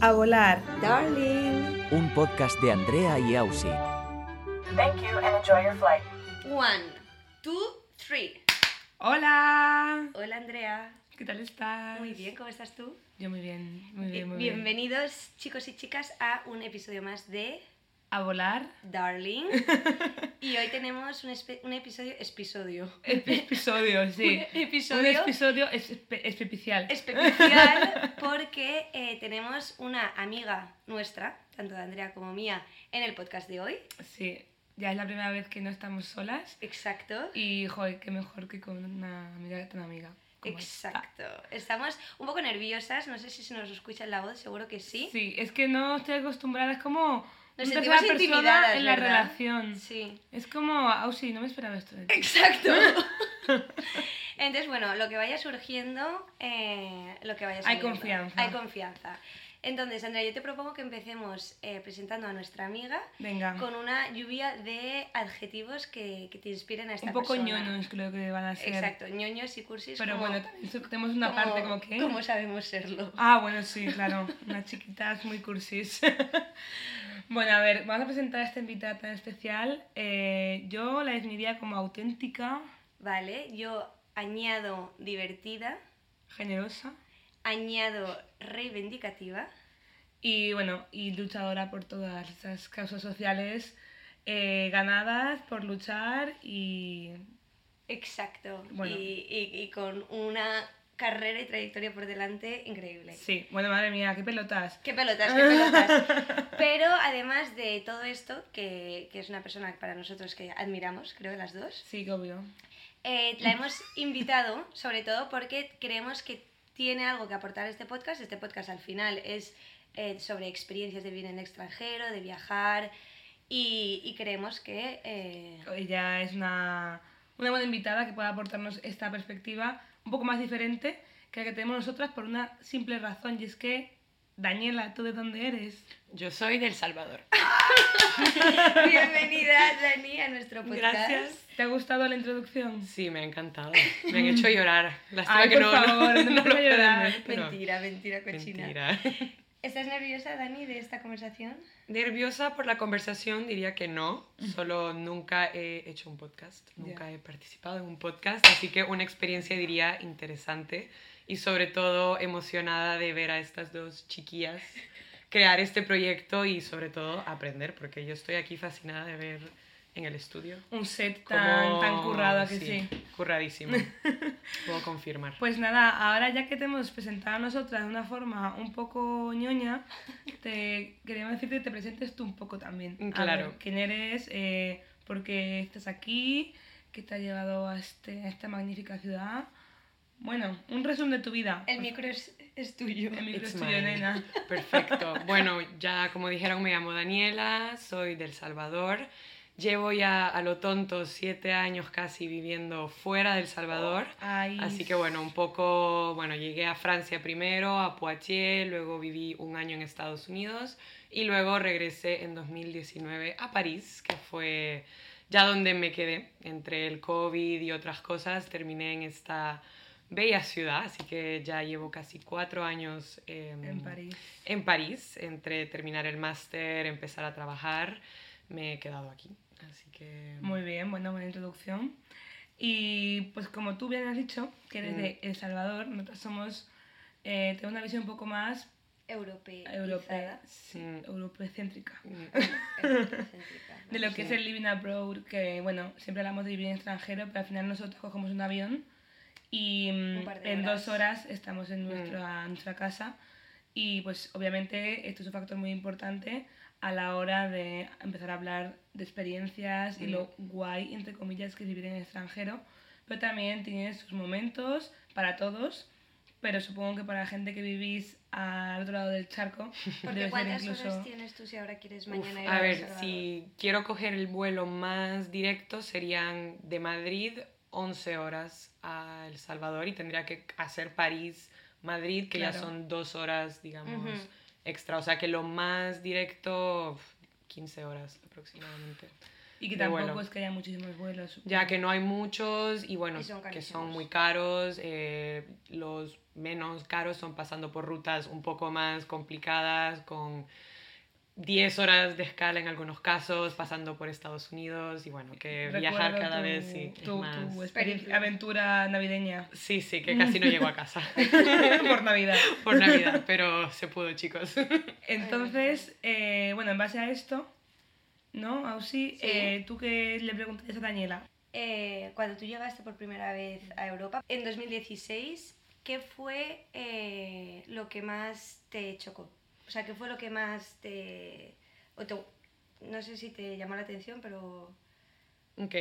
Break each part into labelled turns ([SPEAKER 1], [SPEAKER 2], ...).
[SPEAKER 1] a volar.
[SPEAKER 2] Darling.
[SPEAKER 3] Un podcast de Andrea y Ausi.
[SPEAKER 4] Thank you and enjoy your flight.
[SPEAKER 2] One, two, three.
[SPEAKER 1] Hola.
[SPEAKER 2] Hola Andrea.
[SPEAKER 1] ¿Qué tal estás?
[SPEAKER 2] Muy bien, ¿cómo estás tú? Eh,
[SPEAKER 1] Yo muy bien, muy bien, muy bien.
[SPEAKER 2] Bienvenidos chicos y chicas a un episodio más de
[SPEAKER 1] A volar.
[SPEAKER 2] Darling. y hoy tenemos un, espe- un episodio episodio.
[SPEAKER 1] Ep- Episodio, sí.
[SPEAKER 2] Un episodio.
[SPEAKER 1] Un episodio espe- especial.
[SPEAKER 2] especial porque eh, tenemos una amiga nuestra, tanto de Andrea como mía, en el podcast de hoy.
[SPEAKER 1] Sí. Ya es la primera vez que no estamos solas.
[SPEAKER 2] Exacto.
[SPEAKER 1] Y, joder, qué mejor que con una amiga tan amiga. como esta.
[SPEAKER 2] Exacto. Estamos un poco nerviosas, no sé si se nos escucha en la voz, seguro que sí.
[SPEAKER 1] Sí, es que no estoy acostumbrada. Es como
[SPEAKER 2] Nos
[SPEAKER 1] una
[SPEAKER 2] sentimos
[SPEAKER 1] tercera persona
[SPEAKER 2] intimidadas,
[SPEAKER 1] en la
[SPEAKER 2] ¿verdad?
[SPEAKER 1] relación.
[SPEAKER 2] Sí.
[SPEAKER 1] Es como, Ausi, no me esperaba esto de ti.
[SPEAKER 2] Exacto. Entonces, bueno, lo que vaya surgiendo, eh, lo que vaya
[SPEAKER 1] Hay
[SPEAKER 2] surgiendo.
[SPEAKER 1] confianza.
[SPEAKER 2] Hay confianza. Entonces, Andrea, yo te propongo que empecemos eh, presentando a nuestra amiga
[SPEAKER 1] Venga.
[SPEAKER 2] con una lluvia de adjetivos que, que te inspiren a esta
[SPEAKER 1] Un poco
[SPEAKER 2] persona.
[SPEAKER 1] ñoños creo que van a ser.
[SPEAKER 2] Exacto, ñoños y cursis.
[SPEAKER 1] Pero
[SPEAKER 2] como-
[SPEAKER 1] bueno, también so- tenemos una
[SPEAKER 2] como-
[SPEAKER 1] parte como que...
[SPEAKER 2] Como sabemos serlo.
[SPEAKER 1] Ah, bueno, sí, claro. Unas chiquitas muy cursis. bueno, a ver, vamos a presentar a esta invitada tan especial. Eh, yo la definiría como auténtica,
[SPEAKER 2] Vale, yo añado divertida,
[SPEAKER 1] generosa
[SPEAKER 2] añado reivindicativa.
[SPEAKER 1] y, bueno, y luchadora por todas esas causas sociales eh, ganadas por luchar y...
[SPEAKER 2] Exacto.
[SPEAKER 1] Bueno.
[SPEAKER 2] Y, y- y con una carrera y trayectoria por delante increíble.
[SPEAKER 1] Sí, bueno, madre mía, qué pelotas.
[SPEAKER 2] Qué pelotas, qué pelotas. Pero además de todo esto, que, que es una persona que para nosotros que admiramos, creo, las dos,
[SPEAKER 1] Sí, que obvio.
[SPEAKER 2] eh, la hemos invitado sobre todo porque creemos que tiene algo que aportar a este podcast. Este podcast al final es eh, sobre experiencias de vivir en el extranjero, de viajar y, y creemos que... eh,
[SPEAKER 1] Ella es una, una buena invitada que pueda aportarnos esta perspectiva un poco más diferente que la que tenemos nosotras por una simple razón y es que, Daniela, ¿tú de dónde eres?
[SPEAKER 5] Yo soy del Salvador.
[SPEAKER 2] Bienvenida, Dani, a nuestro podcast.
[SPEAKER 5] Gracias.
[SPEAKER 1] ¿Te ha gustado la introducción?
[SPEAKER 5] pues, Sí, me ha encantado. Me han hecho llorar. Lástima
[SPEAKER 1] Ay,
[SPEAKER 5] que
[SPEAKER 1] por
[SPEAKER 5] no,
[SPEAKER 1] favor, no me hagas
[SPEAKER 5] pueden
[SPEAKER 1] llorar.
[SPEAKER 5] ver, pero-
[SPEAKER 2] Mentira, mentira, cochina.
[SPEAKER 5] Mentira.
[SPEAKER 2] ¿Estás nerviosa, Dani, de esta conversación?
[SPEAKER 5] Nerviosa por la conversación, diría que no. Solo nunca he hecho un podcast. Nunca he participado en un podcast. Así que una experiencia, diría, interesante. Y sobre todo emocionada de ver a estas dos chiquillas crear este proyecto y sobre todo aprender, porque yo estoy aquí fascinada de ver en el estudio.
[SPEAKER 1] Un set tan,
[SPEAKER 5] Como-
[SPEAKER 1] tan currado ¿a que sí.
[SPEAKER 5] Curradísimo. Puedo confirmar.
[SPEAKER 1] Pues nada, ahora ya que te hemos presentado a nosotras de una forma un poco ñoña, te queremos decir que te presentes tú un poco también. A
[SPEAKER 5] Claro.
[SPEAKER 1] ver, ¿Quién eres? Eh, ¿Por qué estás aquí? ¿Qué te ha llevado a, este, a esta magnífica ciudad? Bueno, un resumen de tu vida.
[SPEAKER 5] Pues
[SPEAKER 2] El micro es, es tuyo.
[SPEAKER 1] El micro
[SPEAKER 5] It's
[SPEAKER 1] es tuyo,
[SPEAKER 5] mine.
[SPEAKER 1] nena.
[SPEAKER 5] Perfecto. Bueno, ya como dijeron, me llamo Daniela, soy del Salvador. Llevo ya a lo tonto siete años casi viviendo fuera del Salvador.
[SPEAKER 1] Ay,
[SPEAKER 5] Así que bueno, un poco, bueno, llegué a Francia primero, a Poitiers, luego viví un año en Estados Unidos y luego regresé en 2019 a París, que fue ya donde me quedé, entre el COVID y otras cosas, terminé en esta bella ciudad, así que ya llevo casi cuatro años em,
[SPEAKER 1] En París.
[SPEAKER 5] en París, entre terminar el máster, empezar a trabajar, me he quedado aquí, así que...
[SPEAKER 1] Muy bien, bueno, buena introducción. Y pues como tú bien has dicho, que eres
[SPEAKER 5] Mm.
[SPEAKER 1] de El Salvador, nosotros somos... Eh, tengo una visión un poco más
[SPEAKER 2] Europeo.
[SPEAKER 1] europea, eh, sí,
[SPEAKER 5] Mm.
[SPEAKER 1] europecéntrica.
[SPEAKER 2] Europocéntrica,
[SPEAKER 1] de
[SPEAKER 2] ¿no?
[SPEAKER 1] lo que es
[SPEAKER 5] Sí.
[SPEAKER 1] el living abroad, que bueno, siempre hablamos de vivir en extranjero, pero al final nosotros cogemos un avión y mm,
[SPEAKER 2] Un par de
[SPEAKER 1] en
[SPEAKER 2] horas.
[SPEAKER 1] dos horas estamos en nuestra, nuestra casa y pues obviamente esto es un factor muy importante a la hora de empezar a hablar de experiencias y
[SPEAKER 5] Mm.
[SPEAKER 1] lo guay, entre comillas, que es vivir en el extranjero, pero también tiene sus momentos para todos. Pero supongo que para la gente que vivís al otro lado del charco, debe
[SPEAKER 2] Porque
[SPEAKER 1] ser
[SPEAKER 2] ¿cuántas
[SPEAKER 1] incluso...
[SPEAKER 2] horas tienes tú si ahora quieres
[SPEAKER 5] Uf,
[SPEAKER 2] mañana ir
[SPEAKER 5] a
[SPEAKER 2] El
[SPEAKER 5] ver,
[SPEAKER 2] Salvador?
[SPEAKER 5] si quiero coger el vuelo más directo serían de Madrid 11 horas a El Salvador y tendría que hacer París-Madrid, que ya
[SPEAKER 1] Claro.
[SPEAKER 5] son dos horas, digamos,
[SPEAKER 2] Ujú.
[SPEAKER 5] extra. O sea que lo más directo, uf, 15 horas aproximadamente.
[SPEAKER 1] Y que
[SPEAKER 5] de
[SPEAKER 1] tampoco
[SPEAKER 5] vuelo.
[SPEAKER 1] es que haya muchísimos vuelos.
[SPEAKER 5] Ya que no hay muchos y bueno,
[SPEAKER 2] Y son
[SPEAKER 5] que son
[SPEAKER 2] carísimos.
[SPEAKER 5] muy caros. eh, los menos caros son pasando por rutas un poco más complicadas, con 10 horas de escala en algunos casos, pasando por Estados Unidos y bueno, que viajar
[SPEAKER 1] Recuerdo
[SPEAKER 5] cada
[SPEAKER 1] tu-
[SPEAKER 5] vez sí, es
[SPEAKER 1] tu,
[SPEAKER 5] más...
[SPEAKER 1] tu experiencia- aventura navideña
[SPEAKER 5] Sí, sí, que casi no llego a casa
[SPEAKER 1] por Navidad.
[SPEAKER 5] por Navidad, pero se pudo, chicos.
[SPEAKER 1] Entonces, eh, bueno, en base a esto, ¿no, Ausi?
[SPEAKER 2] Sí.
[SPEAKER 1] Eh, ¿Tú qué le preguntaste a Daniela?
[SPEAKER 2] Eh, cuando tú llegaste por primera vez a Europa, en 2016, ¿qué fue eh, lo que más te chocó? O sea, ¿qué fue lo que más te... o te- no sé si te llamó la atención, pero...
[SPEAKER 5] Ok,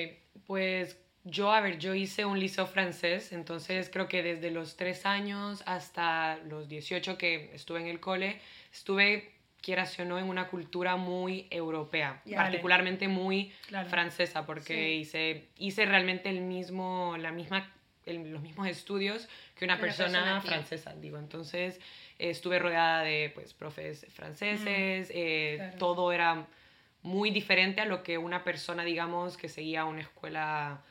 [SPEAKER 5] pues yo, a ver, yo hice un liceo francés, entonces creo que desde los tres años hasta los 18 que estuve en el cole, estuve, quieras o no, en una cultura muy europea,
[SPEAKER 2] Ya.
[SPEAKER 1] Vale.
[SPEAKER 5] particularmente muy
[SPEAKER 1] Claro.
[SPEAKER 5] francesa, porque
[SPEAKER 2] Sí.
[SPEAKER 5] hice, hice realmente el mismo, la misma, el- los mismos estudios que una
[SPEAKER 2] Que una persona
[SPEAKER 5] persona,
[SPEAKER 2] aquí.
[SPEAKER 5] francesa, digo, entonces eh, estuve rodeada de, pues, profes franceses, eh,
[SPEAKER 1] claro.
[SPEAKER 5] todo era muy diferente a lo que una persona, digamos, que seguía una escuela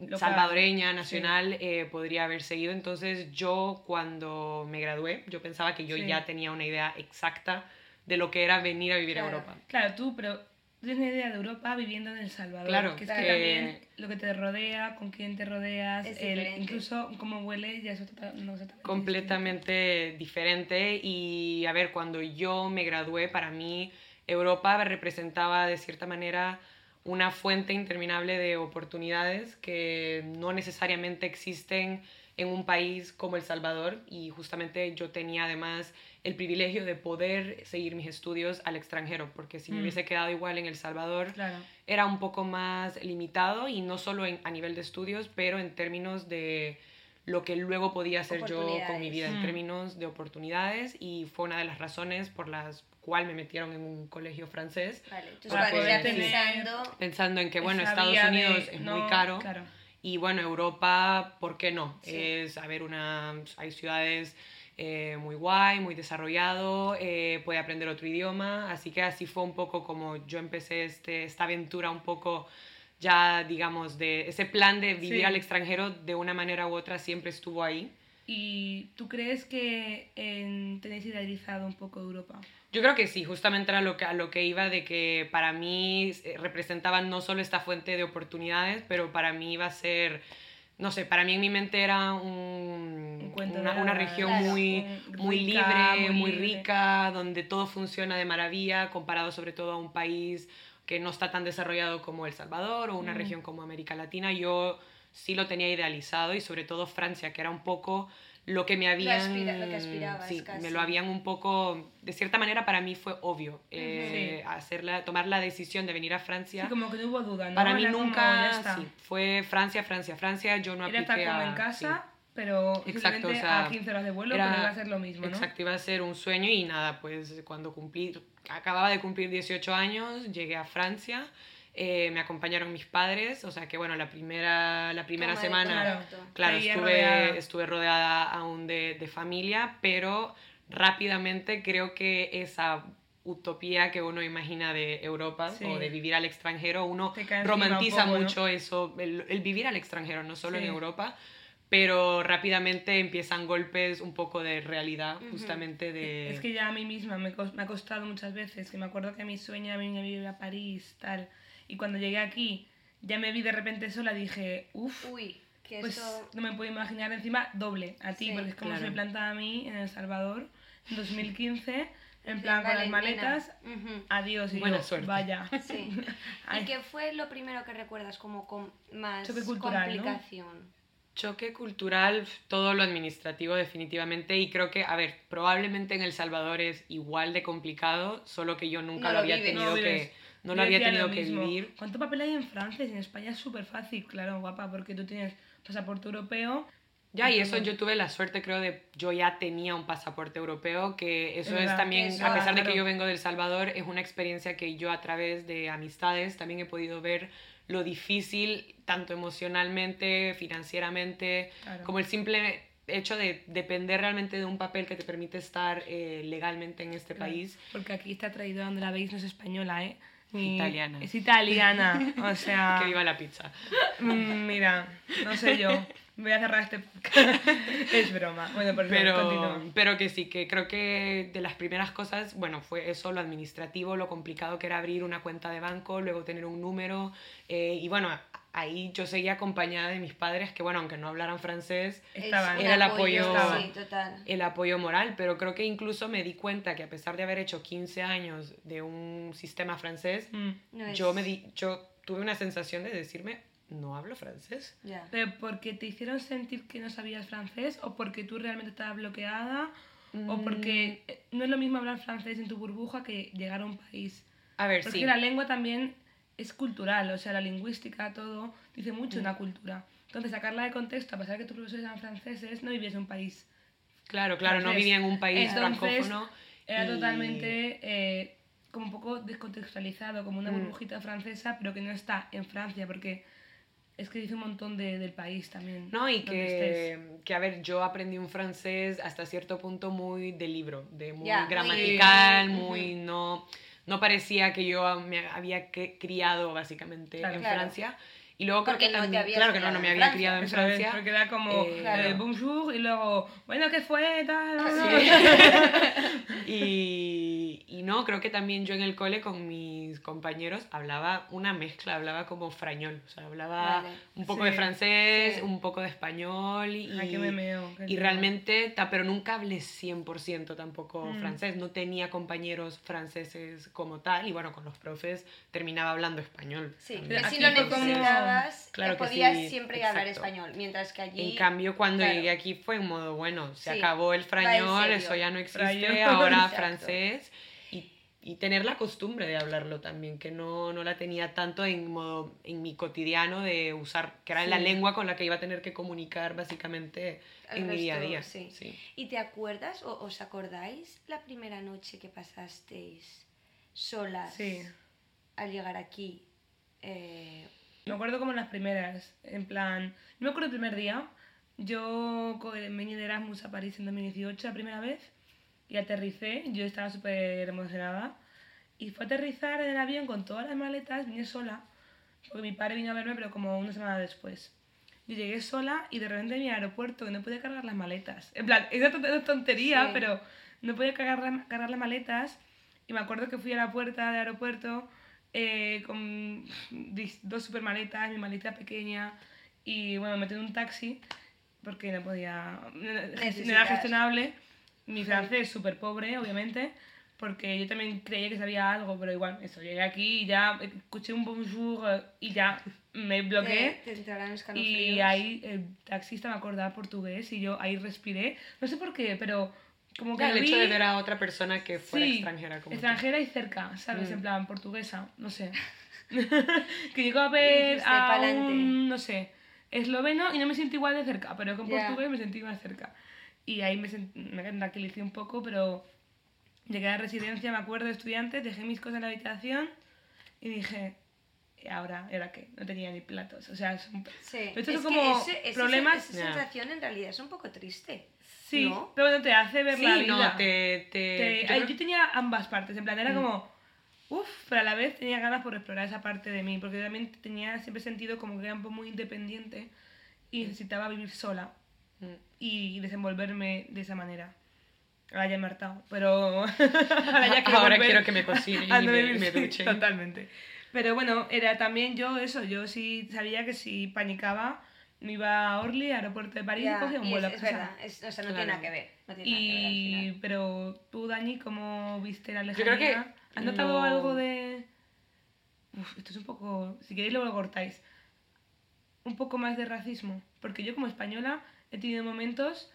[SPEAKER 1] Local,
[SPEAKER 5] salvadoreña, nacional, eh, podría haber seguido. Entonces yo cuando me gradué, yo pensaba que yo
[SPEAKER 1] Sí.
[SPEAKER 5] ya tenía una idea exacta de lo que era venir a vivir a
[SPEAKER 2] Claro.
[SPEAKER 5] Europa.
[SPEAKER 1] Claro, tú, pero tú tienes una idea de Europa viviendo en El Salvador.
[SPEAKER 5] Claro, eh,
[SPEAKER 1] que es
[SPEAKER 2] claro.
[SPEAKER 1] que también lo que te rodea, con quién te rodeas,
[SPEAKER 2] Es
[SPEAKER 1] el-
[SPEAKER 2] diferente.
[SPEAKER 1] incluso cómo huele, ya eso total- no, totalmente
[SPEAKER 5] completamente diferente y a ver, cuando yo me gradué, para mí Europa representaba de cierta manera una fuente interminable de oportunidades que no necesariamente existen en un país como El Salvador y justamente yo tenía además el privilegio de poder seguir mis estudios al extranjero porque si me
[SPEAKER 1] Mm.
[SPEAKER 5] hubiese quedado igual en El Salvador
[SPEAKER 1] distinto. Claro.
[SPEAKER 5] era un poco más limitado y no solo en- a nivel de estudios, pero en términos de lo que luego podía hacer yo con mi
[SPEAKER 2] Oportunidades.
[SPEAKER 5] vida, en
[SPEAKER 1] Mm.
[SPEAKER 5] términos de oportunidades y fue una de las razones por las cuales me metieron en un colegio francés,
[SPEAKER 2] Vale, tus
[SPEAKER 5] Para
[SPEAKER 2] padres ya
[SPEAKER 5] poder tener-
[SPEAKER 2] pensando...
[SPEAKER 5] pensando en que, bueno,
[SPEAKER 1] Esa
[SPEAKER 5] Estados
[SPEAKER 1] vía Pues de-
[SPEAKER 5] Unidos es
[SPEAKER 1] no,
[SPEAKER 5] muy caro
[SPEAKER 1] claro.
[SPEAKER 5] y bueno, Europa, ¿por qué no?
[SPEAKER 2] Sí.
[SPEAKER 5] Es, a ver, una, hay ciudades eh, muy guay, muy desarrollado, eh, puede aprender otro idioma, así que así fue un poco como yo empecé este, esta aventura un poco ya, digamos, de ese plan de vivir
[SPEAKER 1] Sí.
[SPEAKER 5] al extranjero de una manera u otra siempre estuvo ahí.
[SPEAKER 1] ¿Y tú crees que en- tenéis idealizado un poco Europa?
[SPEAKER 5] Yo creo que sí, justamente era lo que, a lo que iba de que para mí eh, representaba no solo esta fuente de oportunidades, pero para mí iba a ser, no sé, para mí en mi mente era un-
[SPEAKER 1] Un cuento de
[SPEAKER 5] una, una
[SPEAKER 1] hadas.
[SPEAKER 5] región
[SPEAKER 2] Claro.
[SPEAKER 5] muy,
[SPEAKER 1] Un-
[SPEAKER 5] muy
[SPEAKER 1] rica,
[SPEAKER 5] libre,
[SPEAKER 1] muy
[SPEAKER 5] muy
[SPEAKER 1] libre.
[SPEAKER 5] rica, donde todo funciona de maravilla, comparado sobre todo a un país que no está tan desarrollado como El Salvador o una
[SPEAKER 1] Mm.
[SPEAKER 5] región como América Latina. Yo sí lo tenía idealizado y sobre todo Francia, que era un poco lo que me habían...
[SPEAKER 2] aspira- lo que aspirabas
[SPEAKER 5] sí,
[SPEAKER 2] casi.
[SPEAKER 5] me lo habían un poco... De cierta manera para mí fue obvio eh, hacerla, tomar la decisión de venir a Francia.
[SPEAKER 1] Sí, como que no hubo duda, ¿no?
[SPEAKER 5] para mí
[SPEAKER 1] Era como, ya
[SPEAKER 5] nunca...
[SPEAKER 1] está.
[SPEAKER 5] sí, fue Francia, Francia, Francia. Yo no
[SPEAKER 1] Era estar
[SPEAKER 5] apliqué
[SPEAKER 1] como
[SPEAKER 5] a-
[SPEAKER 1] en
[SPEAKER 5] sí.
[SPEAKER 1] casa, pero
[SPEAKER 5] Exacto,
[SPEAKER 1] simplemente
[SPEAKER 5] o sea,
[SPEAKER 1] a 15 horas de vuelo,
[SPEAKER 5] era-
[SPEAKER 1] pero iba a ser lo mismo, ¿no?
[SPEAKER 5] Exacto, iba a ser un sueño y nada, pues cuando cumplí, acababa de cumplir 18 años, llegué a Francia, eh, me acompañaron mis padres, o sea que bueno, la primera, la primera
[SPEAKER 2] Toma de
[SPEAKER 5] semana,
[SPEAKER 1] claro.
[SPEAKER 2] contacto.
[SPEAKER 5] claro,
[SPEAKER 1] Seguía rodeada.
[SPEAKER 5] estuve, estuve rodeada aún de, de familia, pero rápidamente creo que esa utopía que uno imagina de Europa
[SPEAKER 1] Sí.
[SPEAKER 5] o de vivir al extranjero, uno
[SPEAKER 1] Te cae encima un
[SPEAKER 5] romantiza
[SPEAKER 1] poco, ¿no?
[SPEAKER 5] mucho eso, el, el vivir al extranjero, no solo
[SPEAKER 1] Sí.
[SPEAKER 5] en Europa, pero rápidamente empiezan golpes un poco de realidad,
[SPEAKER 2] Ujú.
[SPEAKER 5] justamente de...
[SPEAKER 1] Es que ya a mí misma me, cos- me ha costado muchas veces, que me acuerdo que mi sueño era venir a vivir a París, tal, y cuando llegué aquí, ya me vi de repente sola, dije, uff,
[SPEAKER 2] Uy, que
[SPEAKER 1] pues
[SPEAKER 2] esto...
[SPEAKER 1] no me puedo imaginar encima doble a ti,
[SPEAKER 2] Sí,
[SPEAKER 1] porque es como se
[SPEAKER 5] claro.
[SPEAKER 1] me plantaba a mí en El Salvador, en 2015, en
[SPEAKER 2] Sí,
[SPEAKER 1] plan con
[SPEAKER 2] vale,
[SPEAKER 1] las
[SPEAKER 2] nena.
[SPEAKER 1] maletas,
[SPEAKER 2] Ujú.
[SPEAKER 1] adiós, y
[SPEAKER 5] Buena
[SPEAKER 1] yo,
[SPEAKER 5] suerte.
[SPEAKER 1] vaya.
[SPEAKER 2] Sí.
[SPEAKER 1] Ay.
[SPEAKER 2] ¿Y qué fue lo primero que recuerdas como con más
[SPEAKER 1] Choque cultural, ¿no?
[SPEAKER 2] complicación?
[SPEAKER 5] Choque cultural, todo lo administrativo definitivamente, y creo que, a ver, probablemente en El Salvador es igual de complicado, solo que yo
[SPEAKER 2] No
[SPEAKER 5] nunca lo
[SPEAKER 2] lo
[SPEAKER 5] había
[SPEAKER 2] vives.
[SPEAKER 1] No
[SPEAKER 5] tenido
[SPEAKER 1] lo vives.
[SPEAKER 5] que... No lo
[SPEAKER 1] Yo
[SPEAKER 5] había
[SPEAKER 1] decía
[SPEAKER 5] tenido que
[SPEAKER 1] mismo.
[SPEAKER 5] vivir.
[SPEAKER 1] ¿Cuánto papel hay en Francia? Y En España es súper fácil, claro, guapa, porque tú tienes pasaporte europeo.
[SPEAKER 5] Ya, y eso
[SPEAKER 1] Entonces-
[SPEAKER 5] yo tuve la suerte, creo, de yo ya tenía un pasaporte europeo, que
[SPEAKER 1] Es
[SPEAKER 5] eso es,
[SPEAKER 1] verdad,
[SPEAKER 5] también,
[SPEAKER 2] que eso-
[SPEAKER 5] a pesar de
[SPEAKER 1] claro.
[SPEAKER 5] que yo vengo del Salvador, es una experiencia que yo a través de amistades también he podido ver lo difícil, tanto emocionalmente, financieramente,
[SPEAKER 1] Claro.
[SPEAKER 5] como el simple hecho de depender realmente de un papel que te permite estar eh, legalmente en este
[SPEAKER 1] Claro,
[SPEAKER 5] país.
[SPEAKER 1] Porque aquí está traidora donde la veis, no es española, ¿eh? Ni-
[SPEAKER 5] Italiana.
[SPEAKER 1] Es italiana, o sea.
[SPEAKER 5] Que viva la pizza.
[SPEAKER 1] mm, Mira, no sé yo. Voy a cerrar este podcast. es broma. Bueno, por favor,
[SPEAKER 5] pero,
[SPEAKER 1] continúa.
[SPEAKER 5] pero que sí, que creo que de las primeras cosas, bueno, fue eso, lo administrativo, lo complicado que era abrir una cuenta de banco, luego tener un número. eh, y bueno, ahí yo seguía acompañada de mis padres, que bueno, aunque no hablaran francés,
[SPEAKER 1] Estaban.
[SPEAKER 2] Es un
[SPEAKER 5] Era el apoyo.
[SPEAKER 2] Sí, total.
[SPEAKER 5] el apoyo moral, pero creo que incluso me di cuenta que a pesar de haber hecho 15 años de un sistema francés,
[SPEAKER 1] Mm.
[SPEAKER 2] No
[SPEAKER 5] yo,
[SPEAKER 2] es-
[SPEAKER 5] me di, yo tuve una sensación de decirme, no hablo francés.
[SPEAKER 2] Ya.
[SPEAKER 1] ¿Pero porque te hicieron sentir que no sabías francés o porque tú realmente estabas bloqueada
[SPEAKER 5] Mm.
[SPEAKER 1] o porque eh, no es lo mismo hablar francés en tu burbuja que llegar a un país?
[SPEAKER 5] A ver,
[SPEAKER 1] Porque
[SPEAKER 5] sí.
[SPEAKER 1] la lengua también es cultural, o sea, la lingüística, todo, dice mucho de
[SPEAKER 5] Mm.
[SPEAKER 1] una cultura. Entonces, sacarla de contexto, a pesar de que tus profesores eran franceses, no vivías en un país.
[SPEAKER 5] Claro, claro, no
[SPEAKER 1] Entonces,
[SPEAKER 5] vivía en un país
[SPEAKER 1] entonces,
[SPEAKER 5] francófono.
[SPEAKER 1] Era
[SPEAKER 5] y-
[SPEAKER 1] totalmente eh, como un poco descontextualizado, como
[SPEAKER 5] Mm.
[SPEAKER 1] una burbujita francesa, pero que no está en Francia, porque es que dice un montón de- del país también.
[SPEAKER 5] No, y
[SPEAKER 1] donde estés.
[SPEAKER 5] que, que, a ver, yo aprendí un francés hasta cierto punto muy de libro, de muy
[SPEAKER 2] Ya, muy-
[SPEAKER 5] gramatical,
[SPEAKER 2] Ujú.
[SPEAKER 5] muy no, no parecía que yo me había que- criado básicamente
[SPEAKER 1] Claro.
[SPEAKER 5] en
[SPEAKER 2] Claro.
[SPEAKER 5] Francia. Y luego creo
[SPEAKER 2] Porque
[SPEAKER 5] que
[SPEAKER 2] no te
[SPEAKER 5] también-
[SPEAKER 2] habías
[SPEAKER 5] claro que no,
[SPEAKER 2] criado
[SPEAKER 5] no me
[SPEAKER 2] en
[SPEAKER 5] había
[SPEAKER 2] Francia.
[SPEAKER 5] criado en
[SPEAKER 1] Eso es,
[SPEAKER 5] Francia.
[SPEAKER 1] porque era como eh,
[SPEAKER 5] eh,
[SPEAKER 2] Claro.
[SPEAKER 1] bonjour y luego, bueno, ¿qué fue? Tal, tal, tal.
[SPEAKER 5] Y, y no, creo que también yo en el cole con mis compañeros hablaba una mezcla, hablaba como frañol, o sea, hablaba
[SPEAKER 2] Vale.
[SPEAKER 5] un poco
[SPEAKER 1] Sí.
[SPEAKER 5] de francés,
[SPEAKER 2] Sí.
[SPEAKER 5] un poco de español y,
[SPEAKER 1] Ay, que me meo, que
[SPEAKER 5] y
[SPEAKER 1] no.
[SPEAKER 5] realmente, ta- pero nunca hablé 100% tampoco
[SPEAKER 1] Mm.
[SPEAKER 5] francés, no tenía compañeros franceses como tal y bueno, con los profes terminaba hablando español.
[SPEAKER 2] Sí,
[SPEAKER 5] también.
[SPEAKER 2] que
[SPEAKER 1] Pero
[SPEAKER 2] si
[SPEAKER 1] aquí
[SPEAKER 2] lo
[SPEAKER 1] fue como-
[SPEAKER 2] necesitabas, eh,
[SPEAKER 5] Claro que
[SPEAKER 2] podías
[SPEAKER 5] sí,
[SPEAKER 2] siempre
[SPEAKER 5] exacto.
[SPEAKER 2] hablar español, mientras que allí...
[SPEAKER 5] En cambio, cuando
[SPEAKER 2] claro.
[SPEAKER 5] llegué aquí fue en modo, bueno, se
[SPEAKER 2] Sí,
[SPEAKER 5] acabó el frañol,
[SPEAKER 2] serio.
[SPEAKER 5] eso ya no existe,
[SPEAKER 1] Frañol.
[SPEAKER 5] ahora
[SPEAKER 2] Exacto.
[SPEAKER 5] francés. Y, y tener la costumbre de hablarlo también, que no, no la tenía tanto en, modo, en mi cotidiano de usar, que era la
[SPEAKER 1] Sí.
[SPEAKER 5] lengua con la que iba a tener que comunicar básicamente
[SPEAKER 2] Al
[SPEAKER 5] en mi día a
[SPEAKER 2] resto,
[SPEAKER 5] día.
[SPEAKER 2] sí.
[SPEAKER 5] sí.
[SPEAKER 2] ¿Y te acuerdas o os acordáis la primera noche que pasasteis solas
[SPEAKER 1] Sí.
[SPEAKER 2] al llegar aquí? Eh,
[SPEAKER 1] Me acuerdo como las primeras, en plan, no me acuerdo el primer día, yo co- me vine de Erasmus a París en 2018 la primera vez y aterricé, yo estaba súper emocionada y fue a aterrizar en el avión con todas las maletas, vine sola, porque mi padre vino a verme pero como una semana después. Yo llegué sola y de repente en el aeropuerto que no podía cargar las maletas. En plan, es una tont- una tontería,
[SPEAKER 2] Sí.
[SPEAKER 1] pero no podía cargar, la- cargar las maletas. Y me acuerdo que fui a la puerta del aeropuerto eh, con dis- dos super maletas, mi maleta pequeña y bueno, metí en un taxi porque no podía, no- no era
[SPEAKER 2] Necesitas.
[SPEAKER 1] gestionable. Mi francés es súper pobre, obviamente, porque yo también creía que sabía algo, pero igual, eso, llegué aquí y ya escuché un bonjour eh, y ya me bloqueé.
[SPEAKER 2] te, te entrarán escalofríos.
[SPEAKER 1] Y ahí el taxista me acordaba portugués y yo ahí respiré. No sé por qué, pero como que
[SPEAKER 5] Ya,
[SPEAKER 1] lo
[SPEAKER 5] el hecho
[SPEAKER 1] vi-
[SPEAKER 5] de ver a otra persona que fuera
[SPEAKER 1] sí,
[SPEAKER 5] extranjera como tú.
[SPEAKER 1] extranjera y cerca, ¿sabes?
[SPEAKER 5] Mm.
[SPEAKER 1] En plan portuguesa, no sé. que llegó a ver
[SPEAKER 2] dijiste,
[SPEAKER 1] a
[SPEAKER 2] "Pa'lante".
[SPEAKER 1] un, no sé, esloveno y no me sentí igual de cerca, pero con
[SPEAKER 2] Ya.
[SPEAKER 1] portugués me sentí más cerca. Y ahí me, sent- me tranquilicé un poco, pero llegué a la residencia, me acuerdo, de estudiantes, dejé mis cosas en la habitación y dije, ¿y ahora? ¿Y ahora qué? No tenía ni platos, o sea, es un...
[SPEAKER 2] Sí.
[SPEAKER 1] Pero estos
[SPEAKER 2] es
[SPEAKER 1] son
[SPEAKER 2] que
[SPEAKER 1] como
[SPEAKER 2] ese- ese-
[SPEAKER 1] problemas-
[SPEAKER 2] Esa, sensación en realidad es un poco triste.
[SPEAKER 1] Sí,
[SPEAKER 2] ¿No?
[SPEAKER 1] pero bueno, te hace ver
[SPEAKER 5] Sí,
[SPEAKER 1] la
[SPEAKER 5] no,
[SPEAKER 1] vida.
[SPEAKER 5] te- Eh, te- Mm.
[SPEAKER 1] Te-
[SPEAKER 5] yo
[SPEAKER 1] ay,
[SPEAKER 5] creo-
[SPEAKER 1] yo tenía ambas partes, en plan, era como, uff, pero a la vez tenía ganas por explorar esa parte de mí, porque yo también tenía siempre sentido como que era un poco muy independiente y necesitaba vivir sola
[SPEAKER 5] Mm.
[SPEAKER 1] y desenvolverme de esa manera. Ahora ya me he hartado, pero ahora ya quiero,
[SPEAKER 5] Ahora
[SPEAKER 1] volver
[SPEAKER 5] quiero que me cocine y
[SPEAKER 1] a no
[SPEAKER 5] me-
[SPEAKER 1] vivir-
[SPEAKER 5] y me
[SPEAKER 1] sí,
[SPEAKER 5] duche.
[SPEAKER 1] Totalmente. Pero bueno, era también yo eso, yo sí sabía que si panicaba me iba a Orly, aeropuerto de París
[SPEAKER 2] Ya,
[SPEAKER 1] y cogía un
[SPEAKER 2] y
[SPEAKER 1] vuelo
[SPEAKER 2] es,
[SPEAKER 1] a
[SPEAKER 2] es
[SPEAKER 1] casa.
[SPEAKER 2] verdad, es- o sea, no
[SPEAKER 5] Claro.
[SPEAKER 2] tiene nada que ver. No tiene nada que ver al final.
[SPEAKER 1] Y, pero tú, Dani, ¿cómo viste la
[SPEAKER 5] creo
[SPEAKER 1] lejanía?
[SPEAKER 5] que
[SPEAKER 1] ¿Has notado
[SPEAKER 5] lo-
[SPEAKER 1] algo de...? Uf, esto es un poco... Si queréis luego lo cortáis. Un poco más de racismo. Porque yo como española he tenido momentos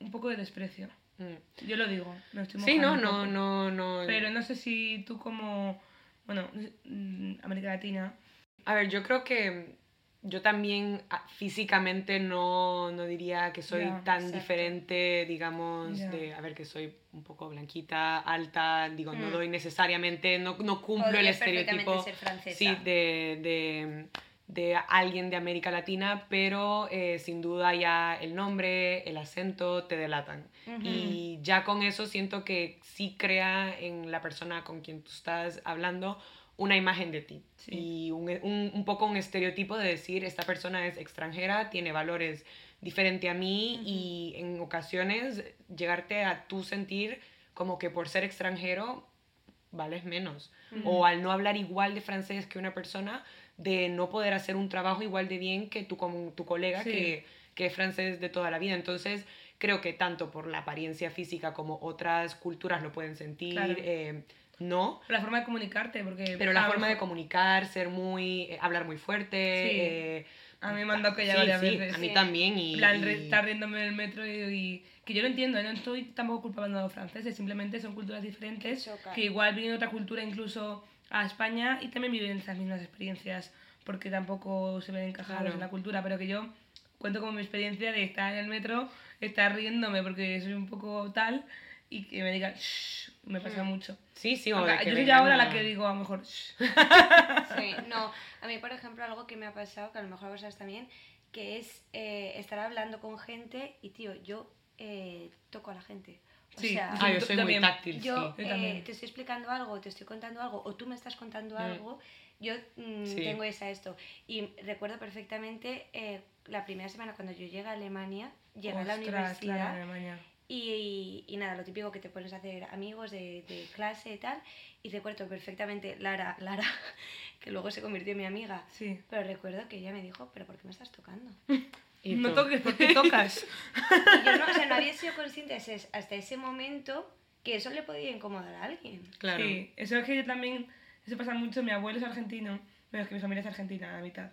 [SPEAKER 1] un poco de desprecio.
[SPEAKER 5] Mm.
[SPEAKER 1] Yo lo digo. Me estoy
[SPEAKER 5] Sí, no,
[SPEAKER 1] mojando un poco.
[SPEAKER 5] no, no, no.
[SPEAKER 1] Pero no sé si tú como... Bueno, no sé, mm, América Latina.
[SPEAKER 5] A ver, yo creo que yo también ah, físicamente no, no diría que soy
[SPEAKER 1] Ya,
[SPEAKER 5] tan
[SPEAKER 2] exacto.
[SPEAKER 5] diferente, digamos,
[SPEAKER 1] Ya.
[SPEAKER 5] de, a ver, que soy un poco blanquita, alta, digo, no
[SPEAKER 2] Mm.
[SPEAKER 5] doy necesariamente, no, no cumplo el
[SPEAKER 2] Podrías
[SPEAKER 5] estereotipo
[SPEAKER 2] perfectamente ser francesa.
[SPEAKER 5] sí, de, de, de alguien de América Latina, pero eh, sin duda ya el nombre, el acento te delatan.
[SPEAKER 2] Ujú.
[SPEAKER 5] Y ya con eso siento que sí crea en la persona con quien tú estás hablando una imagen de ti
[SPEAKER 1] Sí.
[SPEAKER 5] y un, un- un poco un estereotipo de decir, esta persona es extranjera, tiene valores diferente a mí y en ocasiones llegarte a tú sentir como que por ser extranjero vales menos o al no hablar igual de francés que una persona de no poder hacer un trabajo igual de bien que tu, com- tu colega
[SPEAKER 1] Sí.
[SPEAKER 5] que, que es francés de toda la vida. Entonces, creo que tanto por la apariencia física como otras culturas lo pueden sentir,
[SPEAKER 1] Claro.
[SPEAKER 5] eh, no.
[SPEAKER 1] La forma de comunicarte, porque...
[SPEAKER 5] Pero la
[SPEAKER 1] a lo
[SPEAKER 5] forma de
[SPEAKER 1] mejor-
[SPEAKER 5] comunicar, ser muy, eh, hablar muy fuerte.
[SPEAKER 1] Sí.
[SPEAKER 5] eh,
[SPEAKER 1] A mí me han dado que ya
[SPEAKER 5] sí,
[SPEAKER 1] varias
[SPEAKER 5] sí,
[SPEAKER 1] veces.
[SPEAKER 5] A mí
[SPEAKER 2] Sí.
[SPEAKER 5] también. Y,
[SPEAKER 1] En plan, re-
[SPEAKER 5] y-
[SPEAKER 1] estar riéndome en el metro y, y- que yo lo entiendo, ¿eh? no estoy tampoco culpando a los franceses, simplemente son culturas diferentes
[SPEAKER 2] Choca.
[SPEAKER 1] que igual vienen de otra cultura incluso a España y también viven esas mismas experiencias porque tampoco se ven encajados
[SPEAKER 5] Claro.
[SPEAKER 1] en la cultura, pero que yo cuento como mi experiencia de estar en el metro, estar riéndome porque soy un poco tal y que me digan "Shh", me pasa mucho.
[SPEAKER 5] Hmm. Sí, sí, o
[SPEAKER 1] Aunque
[SPEAKER 5] de que
[SPEAKER 1] yo soy
[SPEAKER 5] vengan
[SPEAKER 1] ahora la
[SPEAKER 5] a-
[SPEAKER 1] que digo a lo mejor "Shh".
[SPEAKER 2] Sí, no. A mí, por ejemplo, algo que me ha pasado, que a lo mejor a vosotras también, que es eh, estar hablando con gente y, tío, yo eh, toco a la gente. O
[SPEAKER 1] Sí.
[SPEAKER 2] sea,
[SPEAKER 5] Ah, yo soy
[SPEAKER 1] También.
[SPEAKER 5] muy
[SPEAKER 2] yo
[SPEAKER 5] táctil, sí.
[SPEAKER 1] Yo
[SPEAKER 2] eh,
[SPEAKER 1] también.
[SPEAKER 2] te estoy explicando algo, te estoy contando algo, o tú me estás contando algo, yo mm,
[SPEAKER 5] Sí.
[SPEAKER 2] tengo esa esto. Y recuerdo perfectamente eh, la primera semana cuando yo llegué a Alemania, llegué a la
[SPEAKER 1] Ostras,
[SPEAKER 2] universidad
[SPEAKER 1] claro, en Alemania.
[SPEAKER 2] y, y nada, lo típico que te pones a hacer amigos de, de clase y tal. Y recuerdo perfectamente Lara, Lara, que luego se convirtió en mi amiga.
[SPEAKER 1] Sí.
[SPEAKER 2] Pero recuerdo que ella me dijo, pero ¿por qué me estás tocando?
[SPEAKER 5] y
[SPEAKER 1] No
[SPEAKER 5] tú.
[SPEAKER 1] toques porque tocas.
[SPEAKER 2] Y yo no, o sea, no había sido consciente hasta ese- hasta ese momento que eso le podía incomodar a alguien.
[SPEAKER 5] Claro.
[SPEAKER 1] Sí, eso es que yo también, eso pasa mucho, mi abuelo es argentino, pero es que mi familia es argentina, la mitad.